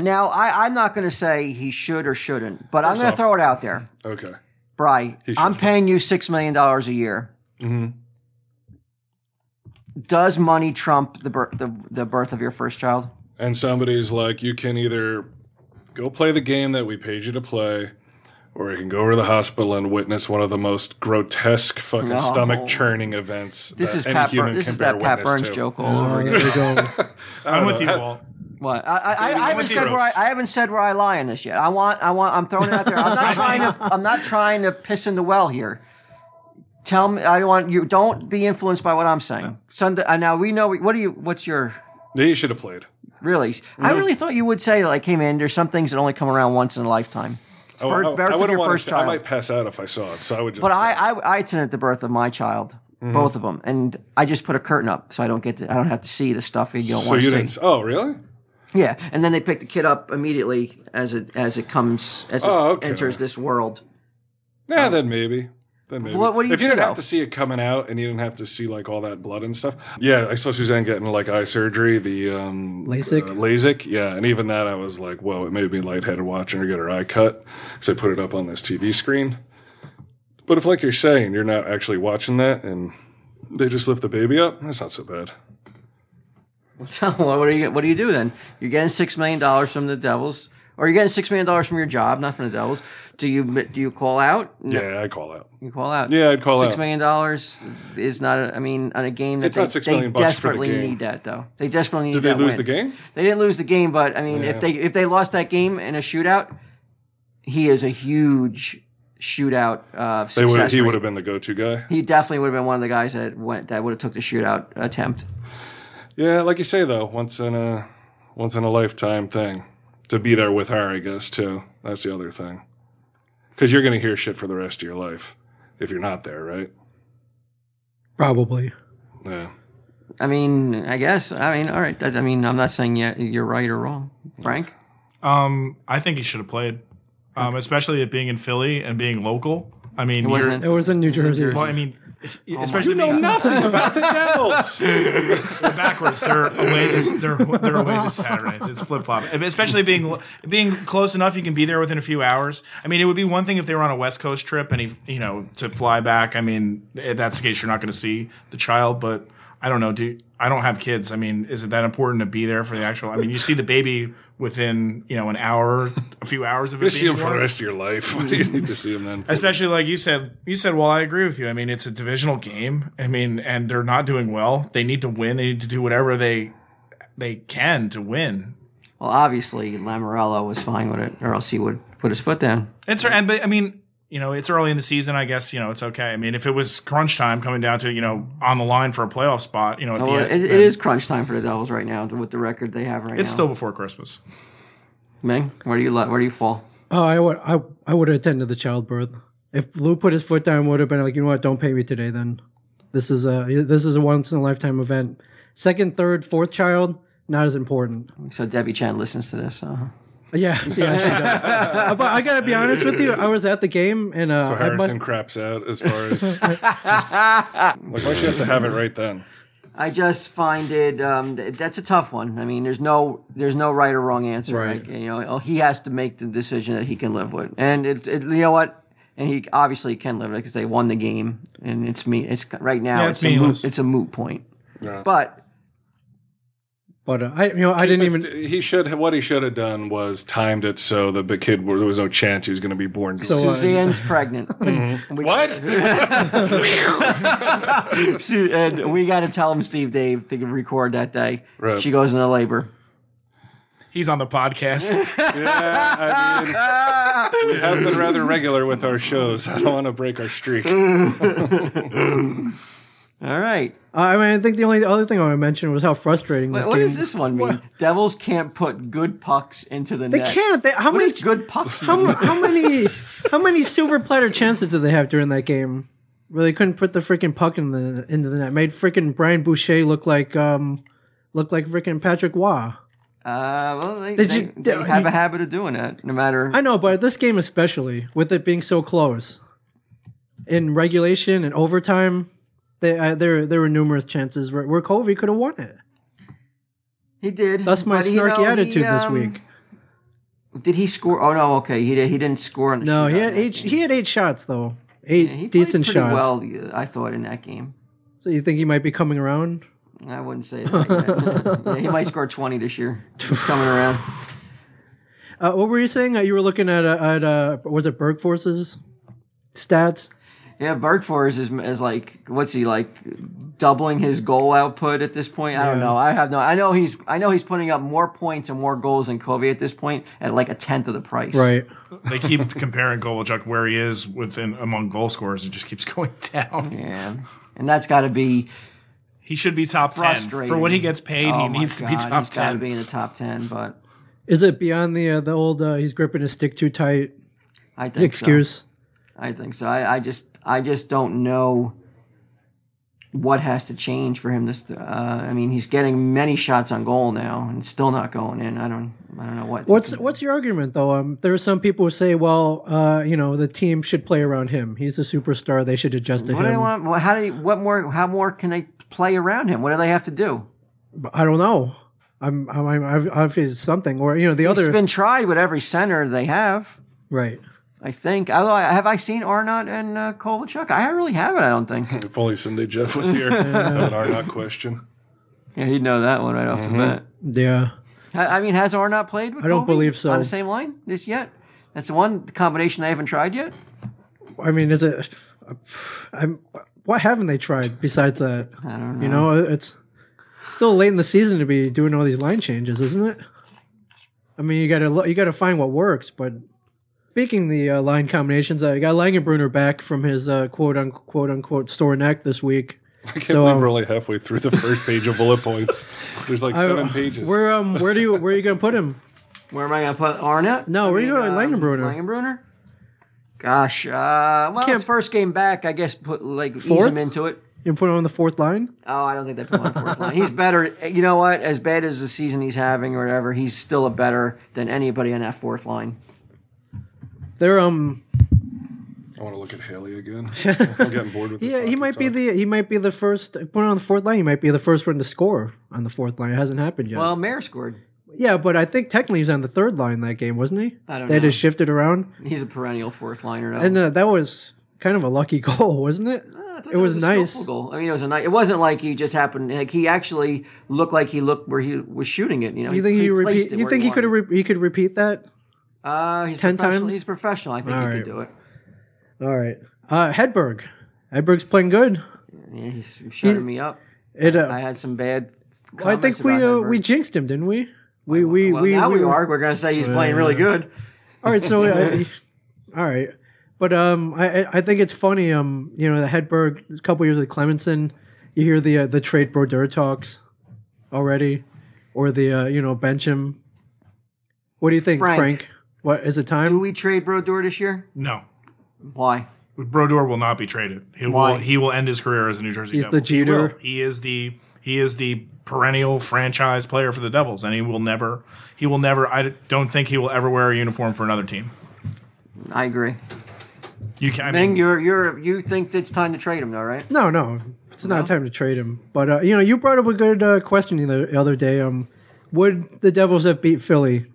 [SPEAKER 3] Now I, I'm not going to say he should or shouldn't, but i I'm going to
[SPEAKER 2] off-
[SPEAKER 3] throw it out there,
[SPEAKER 2] Okay.
[SPEAKER 3] Bry. I'm paying you six million dollars a year.
[SPEAKER 1] Mm-hmm.
[SPEAKER 3] Does money trump the birth the, the birth of your first child?
[SPEAKER 2] and somebody's like, you can either go play the game that we paid you to play, or you can go over to the hospital and witness one of the most grotesque fucking
[SPEAKER 3] No.
[SPEAKER 2] stomach churning events
[SPEAKER 3] This
[SPEAKER 2] that
[SPEAKER 3] is
[SPEAKER 2] any
[SPEAKER 3] Pat. Bur-
[SPEAKER 2] human
[SPEAKER 3] this
[SPEAKER 2] can
[SPEAKER 3] is
[SPEAKER 2] bear
[SPEAKER 3] that Pat
[SPEAKER 2] witness
[SPEAKER 3] Burns
[SPEAKER 2] to.
[SPEAKER 3] joke all over
[SPEAKER 5] Oh,
[SPEAKER 3] again.
[SPEAKER 5] there we go.
[SPEAKER 1] I'm with you, Walt.
[SPEAKER 3] What? I, I, I,
[SPEAKER 1] Baby,
[SPEAKER 3] I haven't
[SPEAKER 1] with
[SPEAKER 3] said where I,
[SPEAKER 1] zeros.
[SPEAKER 3] I haven't said where I lie on this yet. I want I want I'm throwing it out there. I'm not trying to I'm not trying to piss in the well here. Tell me I want you don't be influenced by what I'm saying. Sunday uh, now we know what do you what's your
[SPEAKER 2] Yeah, you should have played.
[SPEAKER 3] really I really thought you would say like hey man there's some things that only come around once in a lifetime.
[SPEAKER 2] I-
[SPEAKER 3] First-
[SPEAKER 2] I,
[SPEAKER 3] birth
[SPEAKER 2] I
[SPEAKER 3] of
[SPEAKER 2] wouldn't
[SPEAKER 3] your
[SPEAKER 2] want
[SPEAKER 3] first
[SPEAKER 2] to. I
[SPEAKER 3] child.
[SPEAKER 2] might pass out if I saw it, so I would just.
[SPEAKER 3] But I
[SPEAKER 2] play.
[SPEAKER 3] I, I attended the birth of my child,
[SPEAKER 2] Mm-hmm.
[SPEAKER 3] both of them, and I just put a curtain up so I don't get to I don't have to see the stuff you don't
[SPEAKER 2] so
[SPEAKER 3] want
[SPEAKER 2] you
[SPEAKER 3] to see.
[SPEAKER 2] didn't. Oh, really?
[SPEAKER 3] Yeah, and then they pick the kid up immediately as it as it comes as it
[SPEAKER 2] Oh, okay.
[SPEAKER 3] enters this world.
[SPEAKER 2] Yeah, then maybe. Then maybe.
[SPEAKER 3] Uh-huh. What- what do you
[SPEAKER 2] if you
[SPEAKER 3] do,
[SPEAKER 2] didn't
[SPEAKER 3] though?
[SPEAKER 2] have to see it coming out and you didn't have to see like all that blood and stuff. Yeah, I saw Suzanne getting like eye surgery, the um,
[SPEAKER 5] LASIK?
[SPEAKER 2] uh, LASIK, yeah. And even that, I was like, whoa, it made me lightheaded watching her get her eye cut because I put it up on this TV screen. But if, like you're saying, you're not actually watching that and they just lift the baby up, that's not so bad.
[SPEAKER 3] So what do you what do you do then? You're getting six million dollars from the Devils, or you're getting six million dollars from your job, not from the Devils. Do you do you call out? No,
[SPEAKER 2] Yeah, I call out.
[SPEAKER 3] you call out.
[SPEAKER 2] Yeah, I'd call
[SPEAKER 3] Six
[SPEAKER 2] out.
[SPEAKER 3] million dollars is not. A, I mean, on a game that
[SPEAKER 2] It's
[SPEAKER 3] they,
[SPEAKER 2] not six
[SPEAKER 3] they
[SPEAKER 2] million bucks for the
[SPEAKER 3] desperately
[SPEAKER 2] game.
[SPEAKER 3] need that though. They desperately need.
[SPEAKER 2] Did they
[SPEAKER 3] that
[SPEAKER 2] lose
[SPEAKER 3] win.
[SPEAKER 2] the game?
[SPEAKER 3] They didn't lose the game, but I mean,
[SPEAKER 2] Yeah.
[SPEAKER 3] if they if they lost that game in a shootout, he is a huge shootout. Uh,
[SPEAKER 2] They would.
[SPEAKER 3] success
[SPEAKER 2] He
[SPEAKER 3] rate.
[SPEAKER 2] would have been the go-to guy.
[SPEAKER 3] He definitely would have been one of the guys that went that would have took the shootout attempt.
[SPEAKER 2] Yeah, like you say though, once in a once in a lifetime thing to be there with her, I guess too. That's the other thing, because you're gonna hear shit for the rest of your life if you're not there, right?
[SPEAKER 5] Probably.
[SPEAKER 2] Yeah.
[SPEAKER 3] I mean, I guess. I mean, all right. That, I mean, I'm not saying you- you're right or wrong, Frank.
[SPEAKER 1] Um, I think he should have played, um, especially it being in Philly and being local. I mean,
[SPEAKER 3] It wasn't.
[SPEAKER 5] It was in New Jersey.
[SPEAKER 1] Well, I mean,
[SPEAKER 2] Oh
[SPEAKER 1] especially
[SPEAKER 3] my
[SPEAKER 1] being
[SPEAKER 2] Nothing about the Devils.
[SPEAKER 1] backwards. They're away. This, they're they're away this Saturday. It's flip flop. Especially being being close enough, you can be there within a few hours. I mean, it would be one thing if they were on a West Coast trip and he, you know, to fly back. I mean, if that's the case, you're not going to see the child. But I don't know. Do I don't have kids. I mean, is it that important to be there for the actual? I mean, you see the baby within you know an hour, a few hours of it.
[SPEAKER 2] You see
[SPEAKER 1] being
[SPEAKER 2] him for the
[SPEAKER 1] born.
[SPEAKER 2] rest of your life. What do you need to see him then?
[SPEAKER 1] Especially like you said, you said, well, I agree with you. I mean, it's a divisional game. I mean, and they're not doing well. They need to win. They need to do whatever they they can to win.
[SPEAKER 3] Well, obviously Lamorello was fine with it, or else he would put his foot down.
[SPEAKER 1] It's and but I mean, you know, it's early in the season. I guess you know it's okay. I mean, if it was crunch time coming down to you know on the line for a playoff spot, you know, at
[SPEAKER 3] Well,
[SPEAKER 1] the
[SPEAKER 3] Oh, it,
[SPEAKER 1] end,
[SPEAKER 3] it
[SPEAKER 1] then-
[SPEAKER 3] is crunch time for the Devils right now with the record they have right
[SPEAKER 1] It's
[SPEAKER 3] now.
[SPEAKER 1] still before Christmas.
[SPEAKER 3] Ming, where do you let, where do you fall?
[SPEAKER 5] Oh, I would I, I would have attended the childbirth. If Lou put his foot down, would have been like, you know what? Don't pay me today. Then this is a this is a once in a lifetime event. Second, third, fourth child, not as important.
[SPEAKER 3] So Debbie Chen listens to this. Uh,
[SPEAKER 5] Yeah, yeah. she does. but I gotta be honest with you. I was at the game, and uh,
[SPEAKER 2] So
[SPEAKER 5] I must
[SPEAKER 2] Harrison craps out as far as like why she have to have it right then?
[SPEAKER 3] I just find it um, th- that's a tough one. I mean, there's no there's no right or wrong answer.
[SPEAKER 5] Right.
[SPEAKER 3] Like, you know, he has to make the decision that he can live with, and it, it you know what, and he obviously can live with it because they won the game, and it's me. It's right now.
[SPEAKER 1] Yeah, it's
[SPEAKER 3] it's, a moot,
[SPEAKER 1] meaningless.
[SPEAKER 3] it's a moot point.
[SPEAKER 2] Yeah.
[SPEAKER 3] But
[SPEAKER 5] But uh, I, you know, I didn't
[SPEAKER 2] But
[SPEAKER 5] even.
[SPEAKER 2] he should. What he should have done was timed it so that the kid there was no chance he was going to be born.
[SPEAKER 5] So, uh,
[SPEAKER 3] Suzanne's pregnant.
[SPEAKER 2] what?
[SPEAKER 3] Su- and we got to tell him, Steve, Dave, to record that day.
[SPEAKER 2] Right.
[SPEAKER 3] She goes into labor.
[SPEAKER 1] He's on the podcast.
[SPEAKER 2] Yeah, I mean, we have been rather regular with our shows. I don't want to break our streak.
[SPEAKER 3] All right.
[SPEAKER 5] I mean, I think the only other thing I want to mention was how frustrating this
[SPEAKER 3] What
[SPEAKER 5] game.
[SPEAKER 3] does this one mean? Devils can't put good pucks into the
[SPEAKER 5] They
[SPEAKER 3] net.
[SPEAKER 5] can't. They, how
[SPEAKER 3] What
[SPEAKER 5] many?
[SPEAKER 3] is good pucks?
[SPEAKER 5] How,
[SPEAKER 3] mean?
[SPEAKER 5] mu- how many? How many silver platter chances did they have during that game? Where they couldn't put the freaking puck in the into the net. Made freaking Brian Boucher look like um, look like freaking Patrick Waugh.
[SPEAKER 3] Uh, well, they,
[SPEAKER 5] Did
[SPEAKER 3] they-
[SPEAKER 5] you-
[SPEAKER 3] they
[SPEAKER 5] did-
[SPEAKER 3] have
[SPEAKER 5] you-
[SPEAKER 3] a habit of doing that, no matter.
[SPEAKER 5] I know, but this game especially, with it being so close, in regulation and overtime, they, uh, there there were numerous chances where, where Covey could have won it.
[SPEAKER 3] he did.
[SPEAKER 5] That's my
[SPEAKER 3] but,
[SPEAKER 5] snarky
[SPEAKER 3] you know, he,
[SPEAKER 5] attitude this
[SPEAKER 3] um,
[SPEAKER 5] week.
[SPEAKER 3] Did he score? Oh no, okay, he did. He didn't score. On the
[SPEAKER 5] No, he
[SPEAKER 3] shootout
[SPEAKER 5] had
[SPEAKER 3] in that
[SPEAKER 5] eight.
[SPEAKER 3] game.
[SPEAKER 5] He had eight shots though. Eight
[SPEAKER 3] Yeah, he played
[SPEAKER 5] decent
[SPEAKER 3] pretty
[SPEAKER 5] shots.
[SPEAKER 3] Well, uh, I thought in that game.
[SPEAKER 5] So you think he might be coming around?
[SPEAKER 3] I wouldn't say that. yet. yeah, he might score twenty this year. He's coming around.
[SPEAKER 5] Uh, what were you saying? Uh, you were looking at uh, at uh, was it Bergforce's stats?
[SPEAKER 3] Yeah, Bergfors is is like what's he like doubling his goal output at this point? I don't
[SPEAKER 5] Yeah.
[SPEAKER 3] know. I have no. I know he's I know he's putting up more points and more goals than Covey at this point at like a tenth of the price.
[SPEAKER 5] Right.
[SPEAKER 1] they keep comparing Kovalchuk where he is within among goal scorers. It just keeps going down.
[SPEAKER 3] Yeah, and that's got to be
[SPEAKER 1] He should be top ten for
[SPEAKER 3] Frustrating.
[SPEAKER 1] what he gets paid.
[SPEAKER 3] Oh
[SPEAKER 1] he
[SPEAKER 3] my
[SPEAKER 1] needs to be
[SPEAKER 3] God,
[SPEAKER 1] top
[SPEAKER 3] he's got to
[SPEAKER 1] ten.
[SPEAKER 3] be in the top ten, but
[SPEAKER 5] Is it beyond the uh, the old uh, he's gripping his stick too tight
[SPEAKER 3] I think So.
[SPEAKER 5] excuse?
[SPEAKER 3] I think so. I, I just I just don't know what has to change for him. This uh, I mean, he's getting many shots on goal now and still not going in. I don't I don't know what.
[SPEAKER 5] What's what's your argument though? Um, there are some people who say, well, uh, you know, the team should play around him. He's a superstar. They should adjust to
[SPEAKER 3] what do they
[SPEAKER 5] him.
[SPEAKER 3] want? What, how do you, what more? How more can they play around him? What do they have to do?
[SPEAKER 5] But I don't know. I'm I'm I'm I've, I've it's something or you know the other
[SPEAKER 3] It's been tried with every center they have.
[SPEAKER 5] right.
[SPEAKER 3] I think. Although, I- have I seen Arnott and uh, Kovalchuk? I really haven't. I don't think.
[SPEAKER 2] If only Sunday Jeff was here. Have an Arnott question.
[SPEAKER 3] yeah, he'd know that one right off the bat.
[SPEAKER 5] Yeah.
[SPEAKER 3] I, I mean, has Arnott played with
[SPEAKER 5] I don't
[SPEAKER 3] Colby
[SPEAKER 5] believe so.
[SPEAKER 3] On the same line this yet? That's the one combination I haven't tried yet.
[SPEAKER 5] I mean, is it? I'm. What haven't they tried besides that?
[SPEAKER 3] I don't know.
[SPEAKER 5] You know, it's still late in the season to be doing all these line changes, isn't it? I mean, you gotta lo- you gotta find what works. But speaking the uh, line combinations, I got Langenbrunner back from his uh, quote unquote unquote sore neck this week.
[SPEAKER 2] I can't
[SPEAKER 5] So,
[SPEAKER 2] believe
[SPEAKER 5] um,
[SPEAKER 2] we're only halfway through the first page of bullet points. There's like seven pages.
[SPEAKER 5] Where um where do you where are you gonna put him?
[SPEAKER 3] Where am I going to put Arnott?
[SPEAKER 5] No,
[SPEAKER 3] I
[SPEAKER 5] where you
[SPEAKER 3] mean, um,
[SPEAKER 5] going, Langenbrunner?
[SPEAKER 3] Langenbrunner. Gosh, uh, well,
[SPEAKER 5] Can't-
[SPEAKER 3] his first game back, I guess, put like ease
[SPEAKER 5] Fourth?
[SPEAKER 3] him into it.
[SPEAKER 5] You put him on the fourth line.
[SPEAKER 3] Oh, I don't think they put him on the fourth line. He's better. You know what? As bad as the season he's having or whatever, he's still a better than anybody on that fourth line.
[SPEAKER 5] They're um
[SPEAKER 2] I want to look at Haley again. I'm getting bored with this.
[SPEAKER 5] yeah he
[SPEAKER 2] hockey
[SPEAKER 5] might be
[SPEAKER 2] talk.
[SPEAKER 5] the he might be the first put him on the fourth line. He might be the first one to score on the fourth line. It hasn't happened yet.
[SPEAKER 3] Well, Mayer scored.
[SPEAKER 5] yeah, but I think technically he was on the third line that game, wasn't he?
[SPEAKER 3] I don't
[SPEAKER 5] They had
[SPEAKER 3] know.
[SPEAKER 5] to shift it around.
[SPEAKER 3] He's a perennial fourth liner. that
[SPEAKER 5] And
[SPEAKER 3] one.
[SPEAKER 5] uh, that was kind of a lucky goal, wasn't it?
[SPEAKER 3] I thought
[SPEAKER 5] it
[SPEAKER 3] that
[SPEAKER 5] was,
[SPEAKER 3] a
[SPEAKER 5] nice.
[SPEAKER 3] skillful Goal. I mean, it was a nice. It wasn't like he just happened. Like he actually looked like he looked where he was shooting it. You know,
[SPEAKER 5] You think he,
[SPEAKER 3] placed
[SPEAKER 5] repeat?
[SPEAKER 3] it
[SPEAKER 5] You
[SPEAKER 3] where
[SPEAKER 5] think he could have?
[SPEAKER 3] wanted.
[SPEAKER 5] Re- he could repeat that?
[SPEAKER 3] uh, he's
[SPEAKER 5] 10
[SPEAKER 3] professional-
[SPEAKER 5] times?
[SPEAKER 3] He's professional. I think he
[SPEAKER 5] Alright.
[SPEAKER 3] could do it.
[SPEAKER 5] All right. Uh, Hedberg. Hedberg's playing good.
[SPEAKER 3] Yeah, he's shutting me up.
[SPEAKER 5] It.
[SPEAKER 3] I
[SPEAKER 5] Uh,
[SPEAKER 3] had some bad
[SPEAKER 5] I think
[SPEAKER 3] comments
[SPEAKER 5] we
[SPEAKER 3] about
[SPEAKER 5] uh,
[SPEAKER 3] Hedberg.
[SPEAKER 5] we jinxed him, didn't we? We we
[SPEAKER 3] well,
[SPEAKER 5] we,
[SPEAKER 3] now
[SPEAKER 5] we
[SPEAKER 3] we, are. We're going to say he's playing really good.
[SPEAKER 5] All right, so I, all right, but um, I I- I think it's funny. Um, you know, the Hedberg a couple years with Clemenson, you hear the uh, the trade Brodeur talks already, or the uh, you know bench him. What do you think, Frank?
[SPEAKER 3] Frank.
[SPEAKER 5] What is it
[SPEAKER 3] Do
[SPEAKER 5] time?
[SPEAKER 3] we trade Brodeur this year?
[SPEAKER 1] No.
[SPEAKER 3] Why?
[SPEAKER 1] Brodeur will not be traded. He
[SPEAKER 3] Why?
[SPEAKER 1] will he will end his career as a New Jersey
[SPEAKER 5] He's
[SPEAKER 1] Devil.
[SPEAKER 5] the
[SPEAKER 1] He will.
[SPEAKER 5] Jeter.
[SPEAKER 1] He is the he is the perennial franchise player for the Devils, and he will never he will never I don't think he will ever wear a uniform for another team.
[SPEAKER 3] I agree.
[SPEAKER 1] You can I mean,
[SPEAKER 3] Ming, you're you're you think it's time to trade him, though, right?
[SPEAKER 5] No, no, it's not time to trade him. But uh, you know, you brought up a good uh, question the other, the other day. Um, would the Devils have beat Philly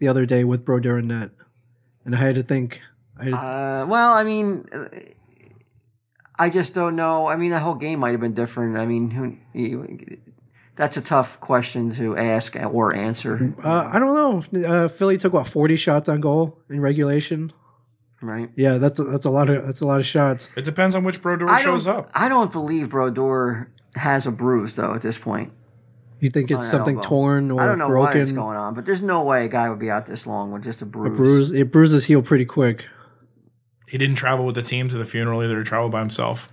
[SPEAKER 5] the other day with Brodeur and net? And I had to think. I had to
[SPEAKER 3] Uh, well, I mean, uh, I just don't know. I mean, that whole game might have been different. I mean, who, you, that's a tough question to ask or answer,
[SPEAKER 5] Uh, I don't know. Uh, Philly took what forty shots on goal in regulation.
[SPEAKER 3] right?
[SPEAKER 5] Yeah, that's a, that's a lot of that's a lot of shots.
[SPEAKER 1] it depends on which Brodeur
[SPEAKER 3] I
[SPEAKER 1] shows
[SPEAKER 3] don't,
[SPEAKER 1] up.
[SPEAKER 3] I don't believe Brodeur has a bruise though at this point.
[SPEAKER 5] You think it's
[SPEAKER 3] an
[SPEAKER 5] something
[SPEAKER 3] elbow.
[SPEAKER 5] torn or
[SPEAKER 3] I don't know
[SPEAKER 5] broken?
[SPEAKER 3] what's going on, but there's no way a guy would be out this long with just a bruise.
[SPEAKER 5] Bruise it bruises heal pretty quick.
[SPEAKER 1] He didn't travel with the team to the funeral either. He traveled by himself.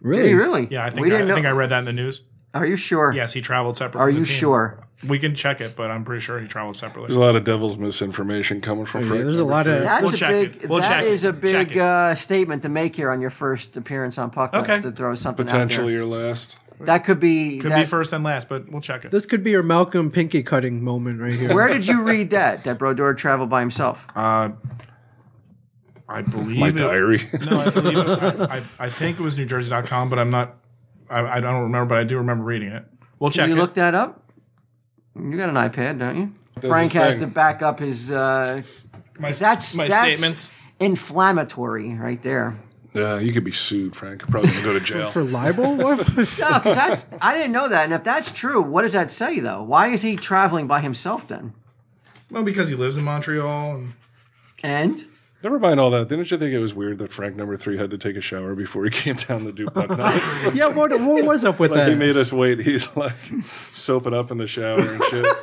[SPEAKER 5] Really?
[SPEAKER 3] Did he really?
[SPEAKER 1] Yeah, I
[SPEAKER 3] we
[SPEAKER 1] think I,
[SPEAKER 3] didn't
[SPEAKER 1] I
[SPEAKER 3] know.
[SPEAKER 1] think I read that in the news.
[SPEAKER 3] Are you sure?
[SPEAKER 1] Yes, he traveled separate.
[SPEAKER 3] Are
[SPEAKER 1] from the
[SPEAKER 3] you
[SPEAKER 1] team.
[SPEAKER 3] sure?
[SPEAKER 1] We can check it, but I'm pretty sure he traveled separately.
[SPEAKER 2] There's a lot of devil's misinformation coming from
[SPEAKER 5] Yeah,
[SPEAKER 2] Frank.
[SPEAKER 5] there's a lot of
[SPEAKER 3] That's
[SPEAKER 1] We'll
[SPEAKER 3] a
[SPEAKER 1] check
[SPEAKER 3] big.
[SPEAKER 1] it. We'll
[SPEAKER 3] that
[SPEAKER 1] check it.
[SPEAKER 3] is a
[SPEAKER 1] Check
[SPEAKER 3] big
[SPEAKER 1] it.
[SPEAKER 3] uh, statement to make here on your first appearance on Puck Nuts
[SPEAKER 1] Okay.
[SPEAKER 3] to throw something
[SPEAKER 2] potentially
[SPEAKER 3] out
[SPEAKER 2] your last.
[SPEAKER 3] there. That could be.
[SPEAKER 1] Could
[SPEAKER 3] that-
[SPEAKER 1] be first and last, but we'll check it.
[SPEAKER 5] this could be your Malcolm Pinky cutting moment right here.
[SPEAKER 3] Where did you read that? That Brodeur traveled by himself.
[SPEAKER 1] Uh, I believe
[SPEAKER 2] My
[SPEAKER 1] it-
[SPEAKER 2] diary.
[SPEAKER 1] No, I, believe it, I, I, I think it was NewJersey.com, but I'm not. I, I don't remember, but I do remember reading it. We'll check
[SPEAKER 3] you
[SPEAKER 1] it.
[SPEAKER 3] look that up. You got an iPad, don't you?
[SPEAKER 2] Does
[SPEAKER 3] Frank
[SPEAKER 2] his
[SPEAKER 3] has
[SPEAKER 2] thing.
[SPEAKER 3] to back up his. Uh,
[SPEAKER 1] my,
[SPEAKER 3] that's
[SPEAKER 1] my
[SPEAKER 3] that's
[SPEAKER 1] statements.
[SPEAKER 3] Inflammatory, right there.
[SPEAKER 2] Yeah, you could be sued, Frank. Probably gonna go to jail.
[SPEAKER 5] for libel? What?
[SPEAKER 3] No, because that's I didn't know that. And if that's true, what does that say though? Why is he traveling by himself then?
[SPEAKER 1] Well, because he lives in Montreal. And
[SPEAKER 3] And
[SPEAKER 2] Never mind all that. Didn't you think it was weird that Frank number three had to take a shower before he came down the Dupuck Knots?
[SPEAKER 5] yeah, what what was up with
[SPEAKER 2] He
[SPEAKER 5] that?
[SPEAKER 2] made us wait. He's like soaping up in the shower and shit.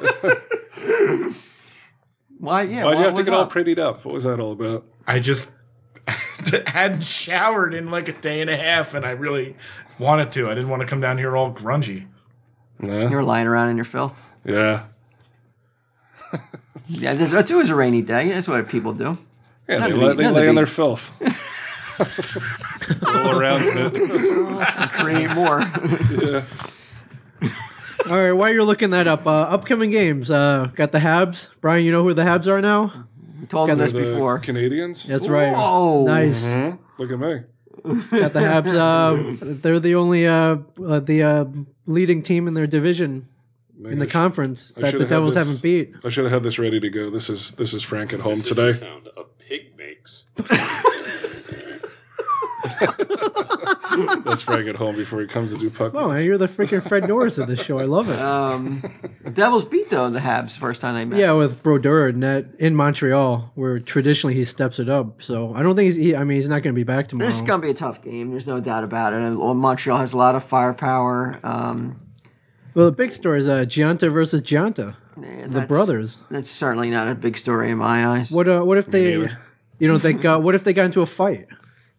[SPEAKER 3] why? Yeah.
[SPEAKER 2] Why'd
[SPEAKER 3] what
[SPEAKER 2] you have to
[SPEAKER 3] was
[SPEAKER 2] get all
[SPEAKER 3] up?
[SPEAKER 2] prettied up? What was that all about?
[SPEAKER 1] I just hadn't showered in like a day and a half, and I really wanted to. I didn't want to come down here all grungy.
[SPEAKER 2] Yeah.
[SPEAKER 3] You're lying around in your filth.
[SPEAKER 2] Yeah.
[SPEAKER 3] Yeah, this- that's, it was a rainy day. That's what people do.
[SPEAKER 2] Yeah, they,
[SPEAKER 3] to
[SPEAKER 2] lay,
[SPEAKER 3] be-
[SPEAKER 2] they
[SPEAKER 3] not to
[SPEAKER 2] lay in
[SPEAKER 3] be-
[SPEAKER 2] their filth. Roll around in it.
[SPEAKER 3] Create more.
[SPEAKER 5] All right, while you're looking that up, uh, upcoming games. Uh, got the Habs. Brian, you know who the Habs are now?
[SPEAKER 3] We told him
[SPEAKER 5] Got
[SPEAKER 3] this
[SPEAKER 2] The
[SPEAKER 3] before.
[SPEAKER 2] Canadians. Hmm?
[SPEAKER 5] That's right.
[SPEAKER 3] Whoa.
[SPEAKER 5] Nice.
[SPEAKER 2] Look at me.
[SPEAKER 5] Got the Habs. Uh, they're the only uh, uh, the uh, leading team in their division in the conference that
[SPEAKER 2] should've
[SPEAKER 5] the
[SPEAKER 2] had
[SPEAKER 5] Devils
[SPEAKER 2] this.
[SPEAKER 5] haven't beat.
[SPEAKER 2] I should have had this ready to go. This is this is Frank at home today.
[SPEAKER 8] sound a pig makes.
[SPEAKER 2] That's Frank at home before he comes to do puck.
[SPEAKER 5] Oh, man,
[SPEAKER 2] nuts.
[SPEAKER 5] you're the freaking Fred Norris of this show. I love it.
[SPEAKER 3] Um, the Devils beat though the Habs first time they met.
[SPEAKER 5] yeah, with Brodeur and that in Montreal, where traditionally he steps it up. So I don't think he's. He, I mean, he's not going to be back tomorrow.
[SPEAKER 3] This is gonna be a tough game. There's no doubt about it. And Montreal has a lot of firepower. Um,
[SPEAKER 5] well, the big story is uh, Gianta versus Gianta,
[SPEAKER 3] yeah,
[SPEAKER 5] the
[SPEAKER 3] that's-
[SPEAKER 5] brothers.
[SPEAKER 3] That's certainly not a big story in my eyes.
[SPEAKER 5] What? Uh, what if they?
[SPEAKER 2] neither.
[SPEAKER 5] You don't think? Uh, what if they got into a fight?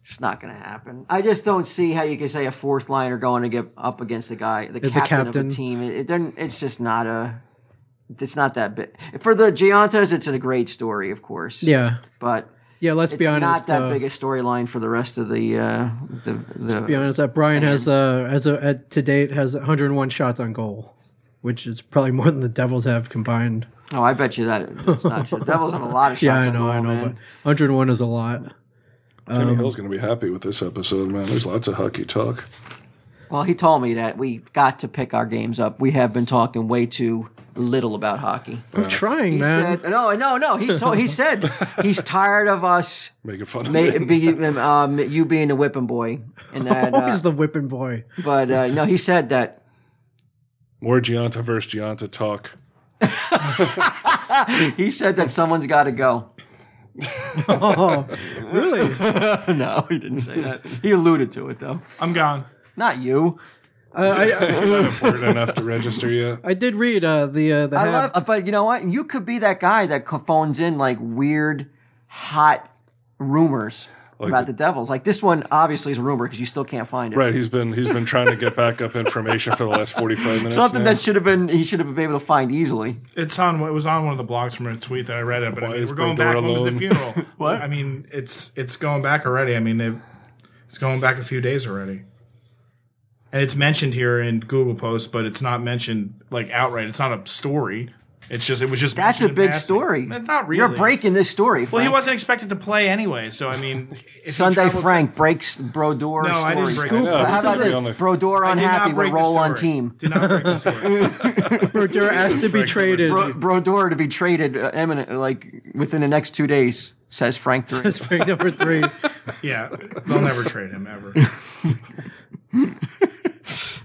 [SPEAKER 3] It's not gonna happen. I just don't see how you can say a fourth liner going to get up against the guy, the,
[SPEAKER 5] The
[SPEAKER 3] captain, of
[SPEAKER 5] captain.
[SPEAKER 3] the team. It, it, doesn't- it's just not a. It's not that big for the Giantas. It's a great story, of course.
[SPEAKER 5] Yeah,
[SPEAKER 3] but
[SPEAKER 5] yeah. Let's
[SPEAKER 3] it's
[SPEAKER 5] be honest.
[SPEAKER 3] not that
[SPEAKER 5] uh,
[SPEAKER 3] big a storyline for the rest of the uh, the the.
[SPEAKER 5] be honest, that Brian has
[SPEAKER 3] Fans.
[SPEAKER 5] uh, as a, at, to date has 101 shots on goal, which is probably more than the Devils have combined.
[SPEAKER 3] Oh, I bet you that that's not true. The Devils have a lot of shots.
[SPEAKER 5] Yeah, I
[SPEAKER 3] on
[SPEAKER 5] know,
[SPEAKER 3] goal,
[SPEAKER 5] I know,
[SPEAKER 3] man.
[SPEAKER 5] but 101 is a lot.
[SPEAKER 2] Timmy Hill's going to be happy with this episode, man. There's lots of hockey talk.
[SPEAKER 3] Well, he told me that we've got to pick our games up. We have been talking way too little about hockey.
[SPEAKER 5] I'm trying,
[SPEAKER 3] He
[SPEAKER 5] man.
[SPEAKER 3] said, "No, no, no." He told, he said he's tired of us
[SPEAKER 2] Making fun of
[SPEAKER 3] ma-
[SPEAKER 2] me.
[SPEAKER 3] be, um, you being a whipping boy, and that. Uh,
[SPEAKER 5] Always the whipping boy.
[SPEAKER 3] but uh, no, he said that.
[SPEAKER 2] More Gianta versus Gianta talk.
[SPEAKER 3] He said that someone's got to go.
[SPEAKER 5] Oh, really?
[SPEAKER 3] no, he didn't say that. He alluded to it though.
[SPEAKER 1] I'm gone.
[SPEAKER 3] Not you.
[SPEAKER 5] Uh, I, I,
[SPEAKER 2] important enough to register yet.
[SPEAKER 5] I did read uh, the uh, the
[SPEAKER 3] I
[SPEAKER 5] half-
[SPEAKER 3] love, uh, but you know what? You could be that guy that co- phones in like weird, hot rumors about the Devils. Like this one, obviously, is a rumor because you still can't find it.
[SPEAKER 2] Right, he's been he's been trying to get back up information for the last forty five minutes.
[SPEAKER 3] Something
[SPEAKER 2] now.
[SPEAKER 3] that should have been he should have been able to find easily.
[SPEAKER 1] It's on. It was on one of the blogs from a tweet that I read it. But I
[SPEAKER 2] Why
[SPEAKER 1] mean,
[SPEAKER 2] is
[SPEAKER 1] we're going
[SPEAKER 2] Pandora
[SPEAKER 1] back. When was the
[SPEAKER 2] alone?
[SPEAKER 1] funeral? what? I mean, it's it's going back already. I mean, they it's going back a few days already. And it's mentioned here in Google posts, but it's not mentioned like outright. It's not a story. It's just it was just
[SPEAKER 3] That's a
[SPEAKER 1] mentioned in
[SPEAKER 3] big
[SPEAKER 1] passing.
[SPEAKER 3] story.
[SPEAKER 1] It's not really.
[SPEAKER 3] You're breaking this story.
[SPEAKER 1] Well, he
[SPEAKER 3] Frank.
[SPEAKER 1] wasn't expected to play anyway, so I mean, if he
[SPEAKER 3] Sunday
[SPEAKER 1] travels-
[SPEAKER 3] Frank breaks Brodeur
[SPEAKER 1] No, I
[SPEAKER 3] story.
[SPEAKER 1] didn't break the
[SPEAKER 2] story.
[SPEAKER 3] How about
[SPEAKER 2] On the-
[SPEAKER 3] this? Brodeur
[SPEAKER 1] I did not
[SPEAKER 3] unhappy with
[SPEAKER 1] break the
[SPEAKER 3] roll on
[SPEAKER 1] story.
[SPEAKER 3] team.
[SPEAKER 1] Did not break the story.
[SPEAKER 5] Brodeur asked to be
[SPEAKER 2] Frank
[SPEAKER 5] traded.
[SPEAKER 3] Bro- Brodeur to be traded uh, eminent, like within the next two days, says Frank. Three.
[SPEAKER 5] That's Frank number three.
[SPEAKER 1] yeah, they'll never trade him ever.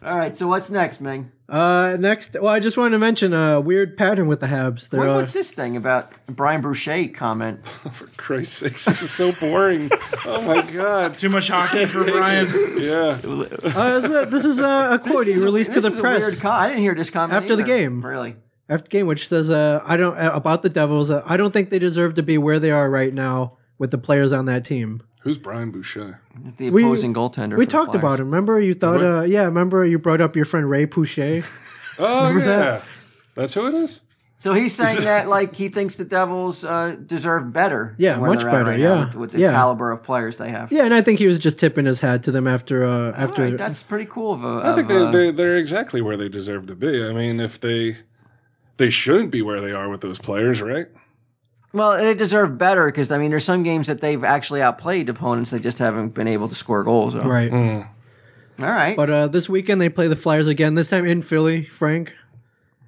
[SPEAKER 3] All right, so what's next, Ming?
[SPEAKER 5] Uh, next, well, I just wanted to mention a weird pattern with the Habs. They're,
[SPEAKER 3] What,
[SPEAKER 5] uh,
[SPEAKER 3] what's this thing about Brian Boucher comment?
[SPEAKER 2] For Christ's sakes, this is so boring. oh my god.
[SPEAKER 1] Too much hockey for Ryan.
[SPEAKER 2] Yeah.
[SPEAKER 5] uh, this is a, this is a, a quote he
[SPEAKER 3] This is a-
[SPEAKER 5] released to
[SPEAKER 3] this
[SPEAKER 5] the
[SPEAKER 3] is a
[SPEAKER 5] press
[SPEAKER 3] weird com- I didn't hear this comment
[SPEAKER 5] After the
[SPEAKER 3] either,
[SPEAKER 5] game.
[SPEAKER 3] Really?
[SPEAKER 5] after the game, which says, uh, "I don't uh, about the Devils. Uh, I don't think they deserve to be where they are right now with the players on that team."
[SPEAKER 2] Who's Brian Boucher?
[SPEAKER 3] The
[SPEAKER 5] We-
[SPEAKER 3] opposing goaltender.
[SPEAKER 5] We
[SPEAKER 3] for the
[SPEAKER 5] talked
[SPEAKER 3] Flyers.
[SPEAKER 5] about him. Remember, you thought, uh, yeah, remember you brought up your friend Ray Pouchet.
[SPEAKER 2] Oh yeah.
[SPEAKER 5] that?
[SPEAKER 2] That's who it is?
[SPEAKER 3] So he's saying that like he thinks the Devils uh, deserve better.
[SPEAKER 5] Yeah,
[SPEAKER 3] than where
[SPEAKER 5] much
[SPEAKER 3] they're at
[SPEAKER 5] better,
[SPEAKER 3] right now
[SPEAKER 5] yeah.
[SPEAKER 3] with, with the
[SPEAKER 5] Yeah.
[SPEAKER 3] caliber of players they have.
[SPEAKER 5] yeah, and I think he was just tipping his hat to them after uh,
[SPEAKER 3] All
[SPEAKER 5] after.
[SPEAKER 3] right, that's pretty cool. Of a,
[SPEAKER 2] I think
[SPEAKER 3] of
[SPEAKER 2] they,
[SPEAKER 3] a-
[SPEAKER 2] they they're exactly where they deserve to be. I mean, if they they shouldn't be where they are with those players, right?
[SPEAKER 3] well, they deserve better because I mean, there's some games that they've actually outplayed opponents. They just haven't been able to score goals. So.
[SPEAKER 5] Right,
[SPEAKER 3] All right.
[SPEAKER 5] but uh, this weekend they play the Flyers again. This time in Philly, Frank.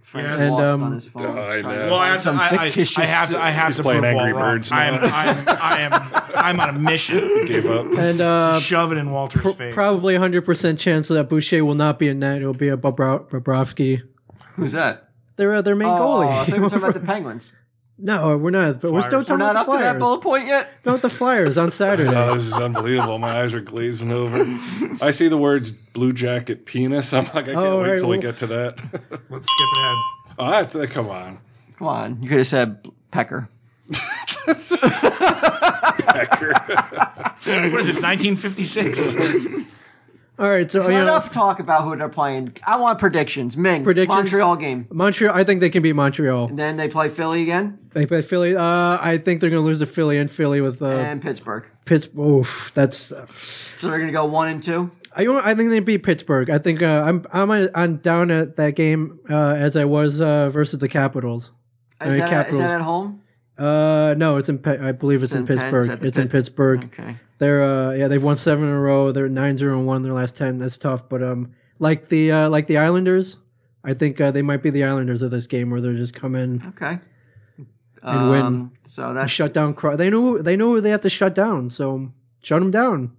[SPEAKER 3] Frank's
[SPEAKER 1] and,
[SPEAKER 3] lost
[SPEAKER 5] um,
[SPEAKER 3] on his phone.
[SPEAKER 2] I
[SPEAKER 3] Trying
[SPEAKER 2] know.
[SPEAKER 3] to
[SPEAKER 1] Well, I
[SPEAKER 3] find
[SPEAKER 1] have, to,
[SPEAKER 3] some
[SPEAKER 1] I, I,
[SPEAKER 3] fictitious.
[SPEAKER 1] I have to. I have to
[SPEAKER 2] playing
[SPEAKER 1] prove
[SPEAKER 2] Angry
[SPEAKER 1] Walt wrong.
[SPEAKER 2] Birds now.
[SPEAKER 1] I am. I am. I am. I'm on a mission.
[SPEAKER 2] Gave up.
[SPEAKER 5] And uh,
[SPEAKER 1] to shove it in Walter's face.
[SPEAKER 5] Probably 100% chance that Boucher will not be in net. It'll be a Bobro- Bobrovsky.
[SPEAKER 3] Who's that?
[SPEAKER 5] They're uh, their main
[SPEAKER 3] Oh, I think we're talking
[SPEAKER 5] goalie.
[SPEAKER 3] about the Penguins.
[SPEAKER 5] no, we're not. But we're still
[SPEAKER 1] Flyers.
[SPEAKER 5] talking
[SPEAKER 3] We're not
[SPEAKER 5] about
[SPEAKER 3] up
[SPEAKER 5] the
[SPEAKER 3] to that
[SPEAKER 5] Flyers.
[SPEAKER 3] bullet point yet.
[SPEAKER 5] No, with the Flyers on Saturday.
[SPEAKER 2] Oh, this is unbelievable. My eyes are glazing over. I see the words "blue jacket penis." I'm like, I can't
[SPEAKER 5] Oh,
[SPEAKER 2] wait
[SPEAKER 5] right,
[SPEAKER 2] till we
[SPEAKER 5] well-
[SPEAKER 2] get to that.
[SPEAKER 1] Let's skip ahead.
[SPEAKER 2] oh, that's, uh, come on,
[SPEAKER 3] Come on, you could have said Pecker.
[SPEAKER 1] What is this? 1956.
[SPEAKER 5] All right, so you know,
[SPEAKER 3] Enough talk about who they're playing. I want predictions. Ming,
[SPEAKER 5] Predictions?
[SPEAKER 3] Montreal game.
[SPEAKER 5] Montreal. I think they can beat Montreal.
[SPEAKER 3] And then they play Philly again
[SPEAKER 5] They play Philly. Uh, I think they're going to lose to Philly and Philly with uh,
[SPEAKER 3] and Pittsburgh.
[SPEAKER 5] Pittsburgh. Oof, that's. Uh,
[SPEAKER 3] So they're going to go one and two.
[SPEAKER 5] I you know, I think they beat Pittsburgh. I think uh, I'm I'm uh, I'm down at that game uh, as I was uh, versus the Capitals.
[SPEAKER 3] Is,
[SPEAKER 5] mean,
[SPEAKER 3] that, is
[SPEAKER 5] Capitals.
[SPEAKER 3] that at home?
[SPEAKER 5] Uh, no, it's in. Pe- I Mm. believe it's, in
[SPEAKER 3] in Penn? Is
[SPEAKER 5] Pittsburgh.
[SPEAKER 3] that the
[SPEAKER 5] It's in
[SPEAKER 3] Pit-
[SPEAKER 5] Pittsburgh.
[SPEAKER 3] Okay.
[SPEAKER 5] They're uh yeah, they've won seven in a row. They're nine zero and one in their last ten. That's tough. But um like the uh like the Islanders, I think uh, they might be the Islanders of this game where they're just come in
[SPEAKER 3] Okay. Um,
[SPEAKER 5] And win.
[SPEAKER 3] So that's
[SPEAKER 5] shut down Cro- they know they know who they have to shut down, so shut them down.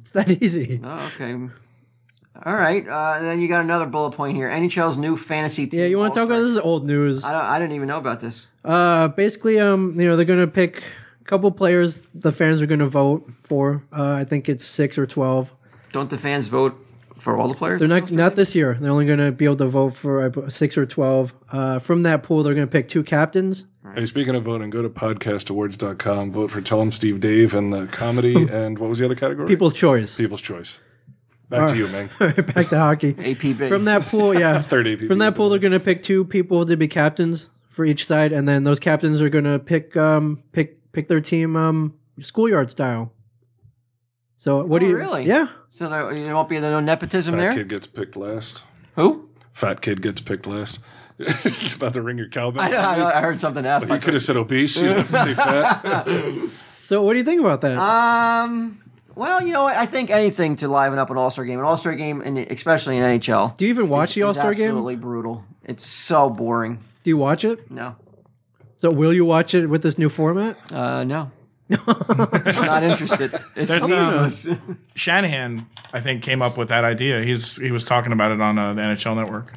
[SPEAKER 5] It's that easy.
[SPEAKER 3] oh, okay. All right. Uh, and then you got another bullet point here. NHL's new fantasy team.
[SPEAKER 5] Yeah, you want to talk about
[SPEAKER 3] All-Stars.
[SPEAKER 5] this is old news.
[SPEAKER 3] I, don't, I didn't even know about this.
[SPEAKER 5] Uh, basically, um, you know, they're gonna pick a couple players. The fans are gonna vote for. Uh, I think it's six or twelve.
[SPEAKER 3] Don't the fans vote for all the players?
[SPEAKER 5] They're not not this year. They're only gonna be able to vote for uh, six or twelve. Uh, from that pool, they're gonna pick two captains.
[SPEAKER 2] Hey, speaking of voting, go to podcastawards.com, vote for Tell 'em Steve Dave and the comedy, and what was the other category?
[SPEAKER 5] People's choice.
[SPEAKER 2] People's Choice. Back to you, man.
[SPEAKER 5] Back to hockey.
[SPEAKER 3] APB.
[SPEAKER 5] From that pool, yeah.
[SPEAKER 2] 30 people.
[SPEAKER 5] From that pool, they're going to pick two people to be captains for each side, and then those captains are going to pick um pick pick their team um schoolyard style. So what
[SPEAKER 3] Oh,
[SPEAKER 5] do you?
[SPEAKER 3] really?
[SPEAKER 5] Yeah.
[SPEAKER 3] So there, there won't be no nepotism
[SPEAKER 2] Fat
[SPEAKER 3] there.
[SPEAKER 2] kid gets picked last.
[SPEAKER 3] Who?
[SPEAKER 2] Fat kid gets picked last. It's about to ring your cowbell.
[SPEAKER 3] I, I, I heard something
[SPEAKER 2] You
[SPEAKER 3] after.
[SPEAKER 2] could have said obese. You didn't have to say fat.
[SPEAKER 5] So what do you think about that?
[SPEAKER 3] Um. Well, you know, what? I think anything to liven up an All Star game, an All Star game, and especially in NHL.
[SPEAKER 5] do you even watch the All
[SPEAKER 3] is
[SPEAKER 5] Star game?
[SPEAKER 3] Absolutely brutal. It's so boring.
[SPEAKER 5] Do you watch it?
[SPEAKER 3] No.
[SPEAKER 5] So will you watch it with this new format?
[SPEAKER 3] Uh, no. I'm not interested. It's
[SPEAKER 1] That's,
[SPEAKER 3] meaningless.
[SPEAKER 5] um,
[SPEAKER 1] Shanahan, I think, came up with that idea. He's he was talking about it on uh, the NHL Network.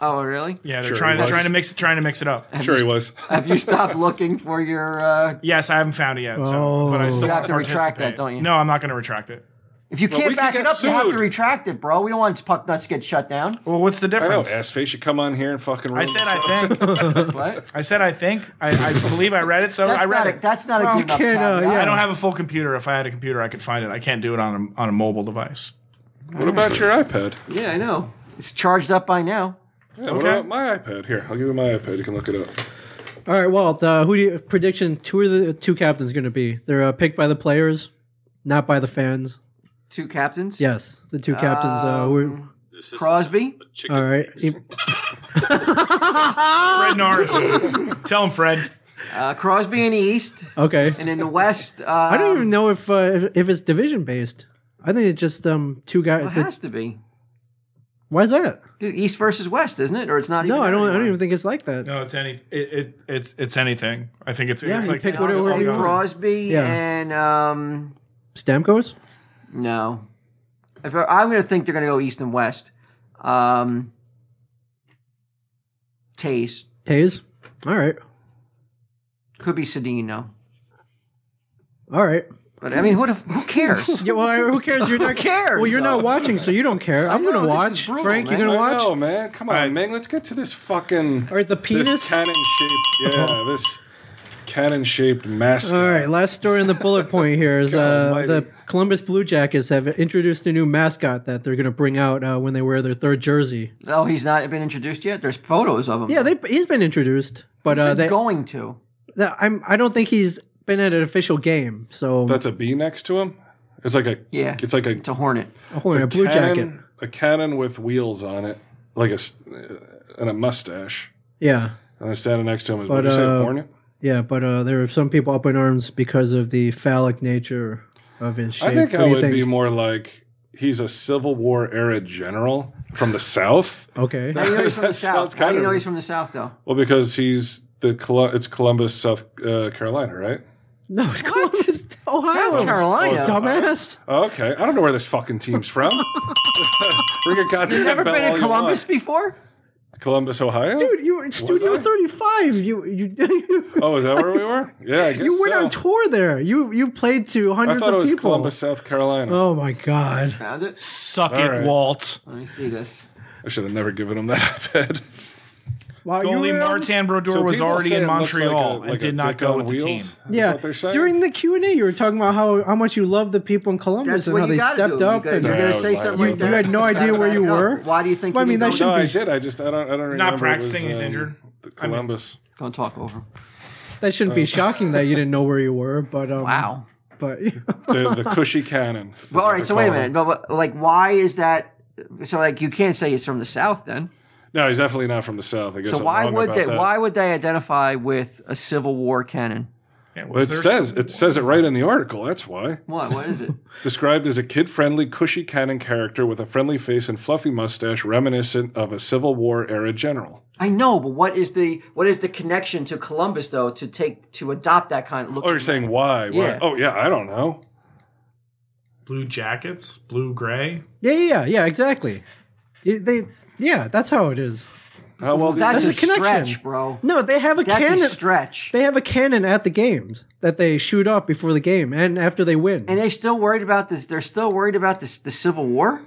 [SPEAKER 3] oh, really?
[SPEAKER 1] Yeah, they're
[SPEAKER 2] Sure
[SPEAKER 1] trying
[SPEAKER 2] he
[SPEAKER 1] to
[SPEAKER 2] was.
[SPEAKER 1] trying to mix trying to mix it up.
[SPEAKER 2] sure he was.
[SPEAKER 3] Have you stopped looking for your? Uh,
[SPEAKER 1] Yes, I haven't found it yet. So,
[SPEAKER 5] Oh.
[SPEAKER 1] but I still
[SPEAKER 5] You
[SPEAKER 3] have
[SPEAKER 1] wanna
[SPEAKER 3] to retract that,
[SPEAKER 1] participate.
[SPEAKER 3] don't you?
[SPEAKER 1] No, I'm not going to retract it.
[SPEAKER 3] If you can't
[SPEAKER 2] we could
[SPEAKER 3] back it
[SPEAKER 2] get
[SPEAKER 3] up, you have to
[SPEAKER 2] sued.
[SPEAKER 3] retract it, bro. We don't want puck nuts to get shut down.
[SPEAKER 1] Well, what's the
[SPEAKER 2] I know.
[SPEAKER 1] difference?
[SPEAKER 2] Assface should come on here and fucking.
[SPEAKER 1] I
[SPEAKER 2] ruin
[SPEAKER 1] said
[SPEAKER 2] the
[SPEAKER 1] I
[SPEAKER 2] show.
[SPEAKER 1] think.
[SPEAKER 3] What?
[SPEAKER 1] I said I think. I, I believe I read it, so
[SPEAKER 3] That's
[SPEAKER 1] I read
[SPEAKER 3] not a,
[SPEAKER 1] it.
[SPEAKER 3] that's not a good enough.
[SPEAKER 5] can't, uh,
[SPEAKER 3] caveat.
[SPEAKER 5] yeah.
[SPEAKER 1] I don't have a full computer. If I had a computer, I could find it. I can't do it on a, on a mobile device.
[SPEAKER 2] What about your iPad?
[SPEAKER 3] Yeah, I know. It's charged up by now.
[SPEAKER 2] Yeah, What
[SPEAKER 1] Okay.
[SPEAKER 2] about my iPad? Here, I'll give you my iPad. You can look it up.
[SPEAKER 5] All right, Walt. Uh, who do you prediction? Two of the two captains going to be? They're uh, picked by the players, not by the fans.
[SPEAKER 3] Two captains.
[SPEAKER 5] Yes, the two captains. Uh, who
[SPEAKER 3] Um,
[SPEAKER 5] are-
[SPEAKER 8] This is
[SPEAKER 3] Crosby.
[SPEAKER 8] chicken
[SPEAKER 5] all right.
[SPEAKER 8] wings.
[SPEAKER 5] E-
[SPEAKER 1] Fred Norris. Tell him, Fred.
[SPEAKER 3] Uh, Crosby in the East,
[SPEAKER 5] Okay.
[SPEAKER 3] and in the West. Uh,
[SPEAKER 5] I don't even know if uh, if, if it's division based. I think it's just um two guys.
[SPEAKER 3] It has to be
[SPEAKER 5] why is that?
[SPEAKER 3] East versus West, isn't it? Or it's not.
[SPEAKER 5] No,
[SPEAKER 3] even
[SPEAKER 5] I don't. I don't
[SPEAKER 3] anymore.
[SPEAKER 5] even think it's like that.
[SPEAKER 1] No, it's any. It, it it's it's anything. I think it's
[SPEAKER 5] Yeah,
[SPEAKER 1] it's
[SPEAKER 5] you
[SPEAKER 1] like
[SPEAKER 5] pick
[SPEAKER 1] it's
[SPEAKER 5] whatever
[SPEAKER 1] all
[SPEAKER 5] you
[SPEAKER 1] goes.
[SPEAKER 5] want.
[SPEAKER 3] Crosby
[SPEAKER 5] Yeah.
[SPEAKER 3] and um,
[SPEAKER 5] Stamkos.
[SPEAKER 3] no. If I, I'm going to think they're going to go East and West. Um, Tays
[SPEAKER 5] Tays. All right.
[SPEAKER 3] could be Sedino,
[SPEAKER 5] All right.
[SPEAKER 3] but I mean, what? If, who cares?
[SPEAKER 5] Yeah, well, who cares? You're not
[SPEAKER 3] cares?
[SPEAKER 5] Well, you're not
[SPEAKER 3] Uh,
[SPEAKER 5] watching, so you don't care. I'm
[SPEAKER 3] know,
[SPEAKER 5] gonna
[SPEAKER 3] this is
[SPEAKER 5] watch.
[SPEAKER 3] brutal,
[SPEAKER 5] Frank,
[SPEAKER 3] man.
[SPEAKER 5] you're
[SPEAKER 2] I
[SPEAKER 5] gonna watch.
[SPEAKER 2] know,
[SPEAKER 5] All
[SPEAKER 2] man. Come on,
[SPEAKER 1] Alright.
[SPEAKER 2] man. Let's get to this fucking.
[SPEAKER 5] right, the
[SPEAKER 2] this
[SPEAKER 5] penis.
[SPEAKER 2] cannon shaped. Yeah, this cannon shaped mask.
[SPEAKER 5] All right, last story in the bullet point here is uh,
[SPEAKER 2] almighty.
[SPEAKER 5] the Columbus Blue Jackets have introduced a new mascot that they're going to bring out uh, when they wear their third jersey.
[SPEAKER 3] oh, he's not been introduced yet. There's photos of him.
[SPEAKER 5] Yeah, they, he's been introduced, but uh,
[SPEAKER 3] Said
[SPEAKER 5] they,
[SPEAKER 3] going to.
[SPEAKER 5] that- I'm, I don't think he's been at an official game. So
[SPEAKER 2] That's a bee next to him. It's like a
[SPEAKER 3] Yeah.
[SPEAKER 2] It's like a
[SPEAKER 3] It's a Hornet.
[SPEAKER 5] oh, a Blue Jacket.
[SPEAKER 2] cannon, a cannon with wheels on it, like a s- uh, and a mustache.
[SPEAKER 5] Yeah,
[SPEAKER 2] And then standing next to him is
[SPEAKER 5] But,
[SPEAKER 2] what you say,
[SPEAKER 5] uh,
[SPEAKER 2] Hornet.
[SPEAKER 5] yeah, but uh, there are some people up in arms because of the phallic nature of his shape.
[SPEAKER 2] I think
[SPEAKER 5] What
[SPEAKER 2] I
[SPEAKER 5] do you
[SPEAKER 2] would
[SPEAKER 5] think?
[SPEAKER 2] be more like he's a Civil War era general from the South.
[SPEAKER 5] okay.
[SPEAKER 3] How do you know he's from the
[SPEAKER 2] That
[SPEAKER 3] south?
[SPEAKER 2] sounds
[SPEAKER 3] How do you
[SPEAKER 2] kinda-
[SPEAKER 3] know he's from the south, though?
[SPEAKER 2] Well, because he's the Colu- it's Columbus, South uh, Carolina, right?
[SPEAKER 5] No, it's Columbus, Ohio.
[SPEAKER 3] South Carolina.
[SPEAKER 5] Dumbass.
[SPEAKER 2] Okay, I don't know where this fucking team's from. Ring a goddamn
[SPEAKER 3] You've never
[SPEAKER 2] bell all
[SPEAKER 3] been
[SPEAKER 2] you
[SPEAKER 3] to Columbus
[SPEAKER 2] want.
[SPEAKER 3] before?
[SPEAKER 2] Columbus, Ohio.
[SPEAKER 5] Dude, you were in Studio
[SPEAKER 2] Oh. I?
[SPEAKER 5] 35. You you you,
[SPEAKER 2] Oh, is that where we were? Yeah, I guess
[SPEAKER 5] you went
[SPEAKER 2] so.
[SPEAKER 5] on tour there. You you played to
[SPEAKER 2] I
[SPEAKER 5] hundreds
[SPEAKER 2] thought it
[SPEAKER 5] of
[SPEAKER 2] was
[SPEAKER 5] people.
[SPEAKER 2] Columbus, South Carolina.
[SPEAKER 5] Oh my god.
[SPEAKER 3] Found it.
[SPEAKER 1] Suck it,
[SPEAKER 2] All right.
[SPEAKER 1] Walt.
[SPEAKER 3] Let me see this.
[SPEAKER 2] I should have never given him that iPad.
[SPEAKER 5] Wow, you
[SPEAKER 1] Goalie
[SPEAKER 5] were on-
[SPEAKER 1] Martin Brodeur
[SPEAKER 2] So
[SPEAKER 1] was
[SPEAKER 2] people
[SPEAKER 1] already
[SPEAKER 2] say
[SPEAKER 1] in
[SPEAKER 2] it looks like a-
[SPEAKER 1] Montreal
[SPEAKER 2] like a
[SPEAKER 1] and did not
[SPEAKER 2] dick
[SPEAKER 1] go
[SPEAKER 2] on
[SPEAKER 1] with
[SPEAKER 2] wheels?
[SPEAKER 1] the team.
[SPEAKER 2] Is
[SPEAKER 5] Yeah.
[SPEAKER 2] what they're saying?
[SPEAKER 5] During the Q and A, you were talking about how, how much you love the people in Columbus
[SPEAKER 3] That's
[SPEAKER 5] and
[SPEAKER 3] what
[SPEAKER 5] how
[SPEAKER 3] you
[SPEAKER 5] they
[SPEAKER 3] gotta
[SPEAKER 5] stepped
[SPEAKER 3] do.
[SPEAKER 5] up.
[SPEAKER 3] You gotta,
[SPEAKER 5] and-
[SPEAKER 3] you're
[SPEAKER 2] Yeah,
[SPEAKER 3] gonna
[SPEAKER 2] I
[SPEAKER 3] say
[SPEAKER 2] was
[SPEAKER 3] something
[SPEAKER 2] lying
[SPEAKER 3] like
[SPEAKER 2] about
[SPEAKER 3] that.
[SPEAKER 5] that. You had no idea where you
[SPEAKER 3] No.
[SPEAKER 5] were?
[SPEAKER 3] Why do you think?
[SPEAKER 5] Well,
[SPEAKER 3] you
[SPEAKER 5] I mean,
[SPEAKER 3] didn't
[SPEAKER 5] that
[SPEAKER 3] know
[SPEAKER 5] should
[SPEAKER 2] no,
[SPEAKER 5] be-
[SPEAKER 2] I did. I just I don't I don't remember. it
[SPEAKER 1] practicing,
[SPEAKER 2] was, um,
[SPEAKER 1] he's injured.
[SPEAKER 2] the Columbus.
[SPEAKER 3] Don't talk over.
[SPEAKER 5] That shouldn't
[SPEAKER 2] Oh.
[SPEAKER 5] be shocking that you didn't know where you were, but um,
[SPEAKER 3] Wow.
[SPEAKER 5] But
[SPEAKER 2] the, the cushy cannon. is
[SPEAKER 3] But all
[SPEAKER 2] what
[SPEAKER 3] right.
[SPEAKER 2] they
[SPEAKER 3] So wait a
[SPEAKER 2] call
[SPEAKER 3] minute.
[SPEAKER 2] him.
[SPEAKER 3] But what- like, why is that? So like, you can't say he's from the south then.
[SPEAKER 2] No, he's definitely not from the south. I guess.
[SPEAKER 3] So
[SPEAKER 2] I'm
[SPEAKER 3] why
[SPEAKER 2] wrong
[SPEAKER 3] would
[SPEAKER 2] about
[SPEAKER 3] they?
[SPEAKER 2] that.
[SPEAKER 3] Why would they identify with a Civil War cannon?
[SPEAKER 1] Yeah,
[SPEAKER 2] Well,
[SPEAKER 1] was
[SPEAKER 2] it
[SPEAKER 1] there
[SPEAKER 2] says
[SPEAKER 1] some-
[SPEAKER 2] it says it right in the article. That's why.
[SPEAKER 3] What? What is it?
[SPEAKER 2] Described as a kid-friendly, cushy cannon character with a friendly face and fluffy mustache, reminiscent of a Civil War era general.
[SPEAKER 3] I know, but what is the what is the connection to Columbus though to take to adopt that kind of look?
[SPEAKER 2] Oh, you're saying why? why?
[SPEAKER 3] Yeah.
[SPEAKER 2] Oh, yeah. I don't know.
[SPEAKER 1] blue jackets, blue gray.
[SPEAKER 5] yeah, yeah, yeah, yeah, exactly. It- They yeah, that's how it is.
[SPEAKER 2] How well? do you
[SPEAKER 3] that's,
[SPEAKER 5] That's
[SPEAKER 3] a,
[SPEAKER 5] a connection.
[SPEAKER 3] stretch, bro.
[SPEAKER 5] No, they have a
[SPEAKER 3] That's
[SPEAKER 5] cannon.
[SPEAKER 3] a stretch.
[SPEAKER 5] They have a cannon at the games that they shoot off before the game and after they win.
[SPEAKER 3] and they still worried about this. They're still worried about this. The Civil War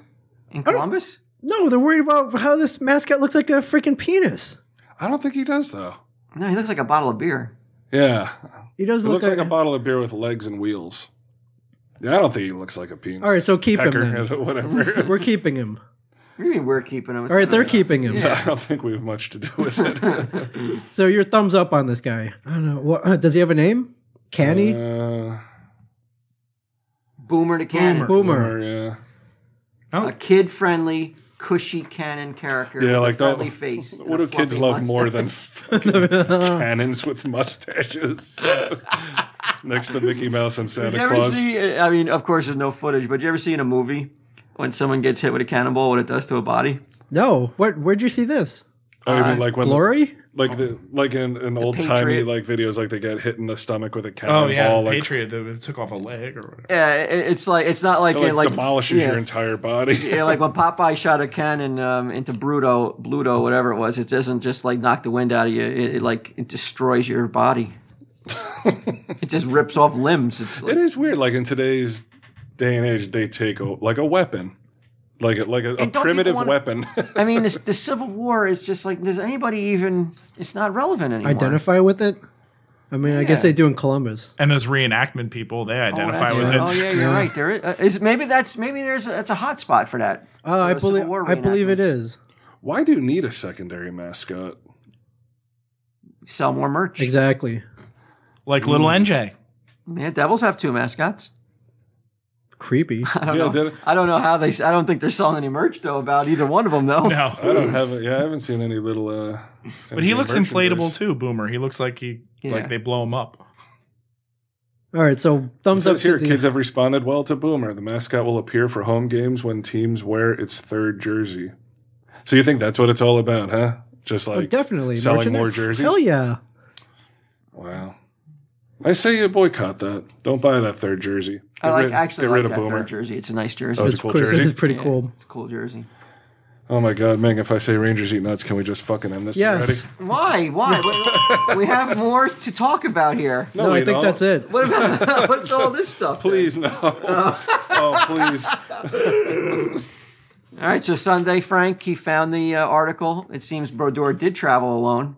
[SPEAKER 3] in Columbus.
[SPEAKER 5] No, they're worried about how this mascot looks like a freaking penis.
[SPEAKER 2] I don't think he does though.
[SPEAKER 3] No, he looks like a bottle of beer.
[SPEAKER 2] Yeah,
[SPEAKER 5] He does
[SPEAKER 2] it
[SPEAKER 5] look
[SPEAKER 2] looks like a bottle of beer with legs and wheels. Yeah, I don't think he looks like a penis.
[SPEAKER 5] All right, so keep
[SPEAKER 2] Pecker,
[SPEAKER 5] him. Then.
[SPEAKER 2] whatever.
[SPEAKER 5] We're keeping him.
[SPEAKER 3] What do you mean we're keeping him?
[SPEAKER 5] All right, they're keeping him.
[SPEAKER 2] I don't think we have much to do with it.
[SPEAKER 5] So your thumbs up on this guy. I don't know. What, uh, does he have a name? Canny
[SPEAKER 2] Uh,
[SPEAKER 3] Boomer to cannon.
[SPEAKER 5] Boomer.
[SPEAKER 2] yeah.
[SPEAKER 3] A kid-friendly, cushy cannon character.
[SPEAKER 2] Oh. Yeah,
[SPEAKER 3] with
[SPEAKER 2] like
[SPEAKER 3] a friendly
[SPEAKER 2] that-
[SPEAKER 3] face. and
[SPEAKER 2] What
[SPEAKER 3] a
[SPEAKER 2] do kids
[SPEAKER 3] fluffy mustache.
[SPEAKER 2] love more than fucking cannons with mustaches? Next to Mickey Mouse and
[SPEAKER 3] Did
[SPEAKER 2] Santa
[SPEAKER 3] you ever
[SPEAKER 2] Claus.
[SPEAKER 3] see? uh, I mean, of course, there's no footage, but you ever see in a movie when someone gets hit with a cannonball, what it does to a body?
[SPEAKER 5] No. What? Where'd you see this?
[SPEAKER 2] oh, you mean like when the-
[SPEAKER 5] Glory.
[SPEAKER 2] like the like in, in old timey
[SPEAKER 3] uh, Patriot.
[SPEAKER 2] like videos, like they get hit in the stomach with a cannonball.
[SPEAKER 1] Oh yeah,
[SPEAKER 2] like,
[SPEAKER 1] Patriot. that it took off a leg or whatever.
[SPEAKER 3] Yeah, it, it's like it's not like
[SPEAKER 2] it, like,
[SPEAKER 3] like
[SPEAKER 2] demolishes
[SPEAKER 3] yeah.
[SPEAKER 2] your entire body.
[SPEAKER 3] Yeah, like when Popeye shot a cannon um, into Bruto, Bluto, whatever it was, it doesn't just like knock the wind out of you. It, it like it destroys your body. it just rips off limbs. It's
[SPEAKER 2] It
[SPEAKER 3] like,
[SPEAKER 2] is weird. Like in today's day and age, they take a, like a weapon, like a, like a, a
[SPEAKER 3] And don't
[SPEAKER 2] primitive
[SPEAKER 3] people wanna-
[SPEAKER 2] weapon.
[SPEAKER 3] I mean, this, the Civil War is just like, does anybody even? It's not relevant anymore.
[SPEAKER 5] Identify with it? I mean, I guess
[SPEAKER 3] Yeah.
[SPEAKER 5] they do in Columbus.
[SPEAKER 1] And those reenactment people, they
[SPEAKER 3] Oh,
[SPEAKER 1] identify
[SPEAKER 3] that's
[SPEAKER 1] with
[SPEAKER 3] right.
[SPEAKER 1] it.
[SPEAKER 3] Oh yeah, you're right. There is, uh, is maybe that's maybe there's a, it's a hot spot for that.
[SPEAKER 5] Uh, I
[SPEAKER 3] The Civil
[SPEAKER 5] believe
[SPEAKER 3] War
[SPEAKER 5] I believe it
[SPEAKER 3] reenactments.
[SPEAKER 5] is.
[SPEAKER 2] Why do you need a secondary mascot?
[SPEAKER 3] Sell more merch.
[SPEAKER 5] Exactly.
[SPEAKER 1] Like little NJ.
[SPEAKER 3] Yeah, Devils have two mascots.
[SPEAKER 5] Creepy.
[SPEAKER 3] I don't
[SPEAKER 2] yeah,
[SPEAKER 3] know.
[SPEAKER 2] did-
[SPEAKER 3] I don't know how they. s- I don't think they're selling any merch though about either one of them though.
[SPEAKER 1] No.
[SPEAKER 2] Oh. I don't have it. Yeah, I haven't seen any little. uh
[SPEAKER 1] But he looks inflatable too, Boomer. He looks like he
[SPEAKER 3] Yeah.
[SPEAKER 1] like they blow him up.
[SPEAKER 5] All right, so
[SPEAKER 2] It
[SPEAKER 5] thumbs up
[SPEAKER 2] says
[SPEAKER 5] to
[SPEAKER 2] here,
[SPEAKER 5] the-
[SPEAKER 2] kids have responded well to Boomer. The mascot will appear for home games when teams wear its third jersey. So you think that's what it's all about, huh? Just
[SPEAKER 5] Oh,
[SPEAKER 2] like
[SPEAKER 5] definitely
[SPEAKER 2] selling
[SPEAKER 5] Merchandise?
[SPEAKER 2] more jerseys?
[SPEAKER 5] Hell yeah!
[SPEAKER 2] Wow. I say you boycott that. Don't buy that third jersey.
[SPEAKER 3] I
[SPEAKER 2] Get
[SPEAKER 3] like
[SPEAKER 2] rid-
[SPEAKER 3] actually
[SPEAKER 2] get
[SPEAKER 3] like
[SPEAKER 2] rid
[SPEAKER 3] that
[SPEAKER 2] of Boomer.
[SPEAKER 3] third jersey. It's a nice jersey.
[SPEAKER 2] Oh, it's
[SPEAKER 3] it's,
[SPEAKER 2] a cool
[SPEAKER 5] Pretty- It's
[SPEAKER 2] jersey.
[SPEAKER 5] pretty cool.
[SPEAKER 3] a cool jersey.
[SPEAKER 2] Oh my god, Meg, if I say Rangers eat nuts, can we just fucking end this already?
[SPEAKER 5] Yes.
[SPEAKER 3] Why? Why? Wait, we have more to talk about here.
[SPEAKER 5] No,
[SPEAKER 2] we
[SPEAKER 5] I think
[SPEAKER 2] don't.
[SPEAKER 5] that's it.
[SPEAKER 3] What about what's all this stuff? then?
[SPEAKER 2] Please no. oh please.
[SPEAKER 3] All right. So Sunday, Frank, he found the uh, article. It seems Brodeur did travel alone.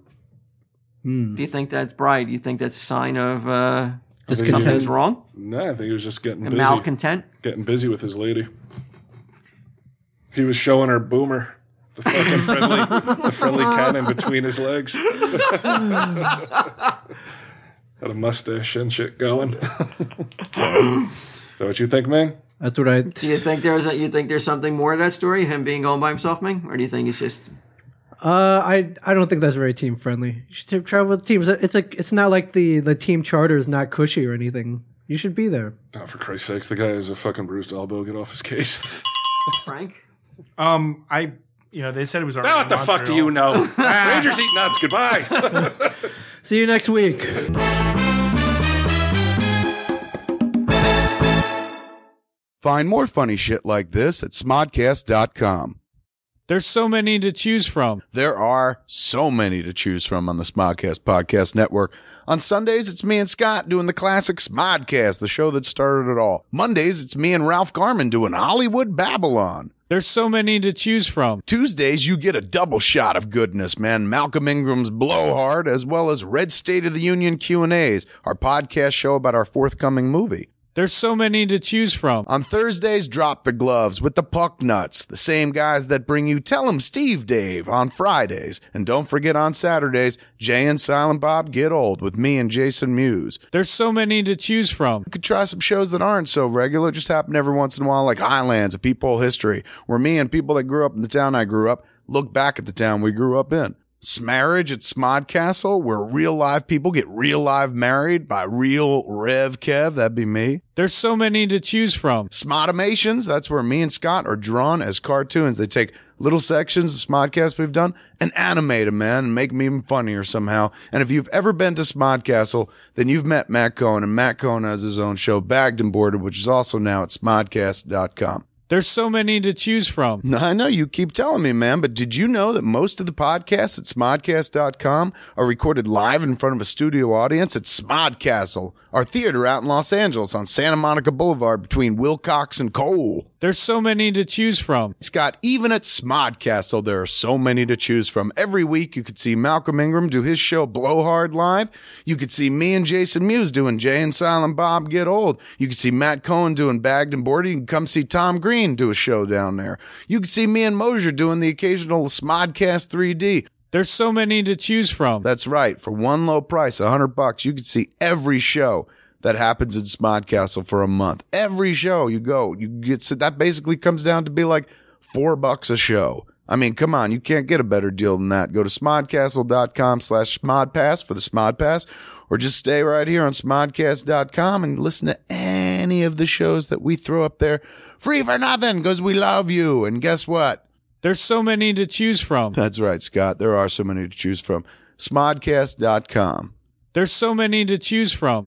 [SPEAKER 3] Do you think that's Brian? Do you think that's a sign of uh,
[SPEAKER 2] think
[SPEAKER 3] something's
[SPEAKER 5] Discontent.
[SPEAKER 3] wrong?
[SPEAKER 2] No, I think he was just getting busy.
[SPEAKER 3] Malcontent?
[SPEAKER 2] Getting busy with his lady. He was showing her boomer. The fucking friendly the friendly cannon between his legs. Had a mustache and shit going. Is that what you think, man?
[SPEAKER 5] That's what I.
[SPEAKER 3] Do you think there's a, you think there's something more to that story? Him being home by himself, Ming, or do you think it's just
[SPEAKER 5] Uh, I I don't think that's very team friendly. You should travel with teams. It's like it's not like the the team charter is not cushy or anything. You should be there.
[SPEAKER 2] Oh, for Christ's sakes, the guy has a fucking bruised elbow. Get off his case.
[SPEAKER 3] Frank?
[SPEAKER 1] Um, I you know they said it was already.
[SPEAKER 2] Now what the
[SPEAKER 1] in
[SPEAKER 2] fuck do
[SPEAKER 1] Montreal.
[SPEAKER 2] you know? Rangers eat nuts. Goodbye.
[SPEAKER 5] See you next week.
[SPEAKER 7] Find more funny shit like this at smodcast.com.
[SPEAKER 9] There's so many to choose from.
[SPEAKER 7] There are so many to choose from on the Smodcast Podcast Network. On Sundays, it's me and Scott doing the classic Smodcast, the show that started it all. Mondays, it's me and Ralph Garman doing Hollywood Babylon.
[SPEAKER 9] There's so many to choose from.
[SPEAKER 7] Tuesdays, you get a double shot of goodness, man. Malcolm Ingram's Blowhard, as well as Red State of the Union Q&As, our podcast show about our forthcoming movie.
[SPEAKER 9] There's so many to choose from.
[SPEAKER 7] On Thursdays, drop the gloves with the puck nuts, the same guys that bring you Tell 'em Steve Dave on Fridays. And don't forget on Saturdays, Jay and Silent Bob Get Old with me and Jason Mewes.
[SPEAKER 9] There's so many to choose from.
[SPEAKER 7] You could try some shows that aren't so regular, just happen every once in a while, like Highlands, A Peephole History, where me and people that grew up in the town I grew up look back at the town we grew up in. Smarriage at Smodcastle, where real live people get real live married by real Rev Kev, that'd be me.
[SPEAKER 9] There's so many to choose from.
[SPEAKER 7] Smodimations, that's where me and Scott are drawn as cartoons. They take little sections of Smodcast we've done and animate 'em, man, and make them even funnier somehow. And if you've ever been to Smodcastle, then you've met Matt Cohen, and Matt Cohen has his own show, Bagged and Boarded, which is also now at smodcast.com.
[SPEAKER 9] There's so many to choose from.
[SPEAKER 7] Now, I know you keep telling me, man, but did you know that most of the podcasts at smodcast.com are recorded live in front of a studio audience at Smodcastle, our theater out in Los Angeles on Santa Monica Boulevard between Wilcox and Cole?
[SPEAKER 9] There's so many to choose from.
[SPEAKER 7] Scott, even at Smodcastle, there are so many to choose from. Every week, you could see Malcolm Ingram do his show Blowhard Live. You could see me and Jason Mewes doing Jay and Silent Bob Get Old. You could see Matt Cohen doing Bagged and Boarded. You can come see Tom Green do a show down there. You can see me and Mosier doing the occasional Smodcast 3D.
[SPEAKER 9] There's so many to choose from.
[SPEAKER 7] That's right. For one low price, a hundred bucks, you can see every show that happens in Smodcastle for a month. Every show you go, you get so that basically comes down to be like four bucks a show. I mean, come on, you can't get a better deal than that. Go to smodcastle.com slash smodpass for the smodpass, or just stay right here on smodcast.com and listen to any of the shows that we throw up there free for nothing because we love you. And guess what?
[SPEAKER 9] There's so many to choose from.
[SPEAKER 7] That's right, Scott. There are so many to choose from. Smodcast.com.
[SPEAKER 9] There's so many to choose from.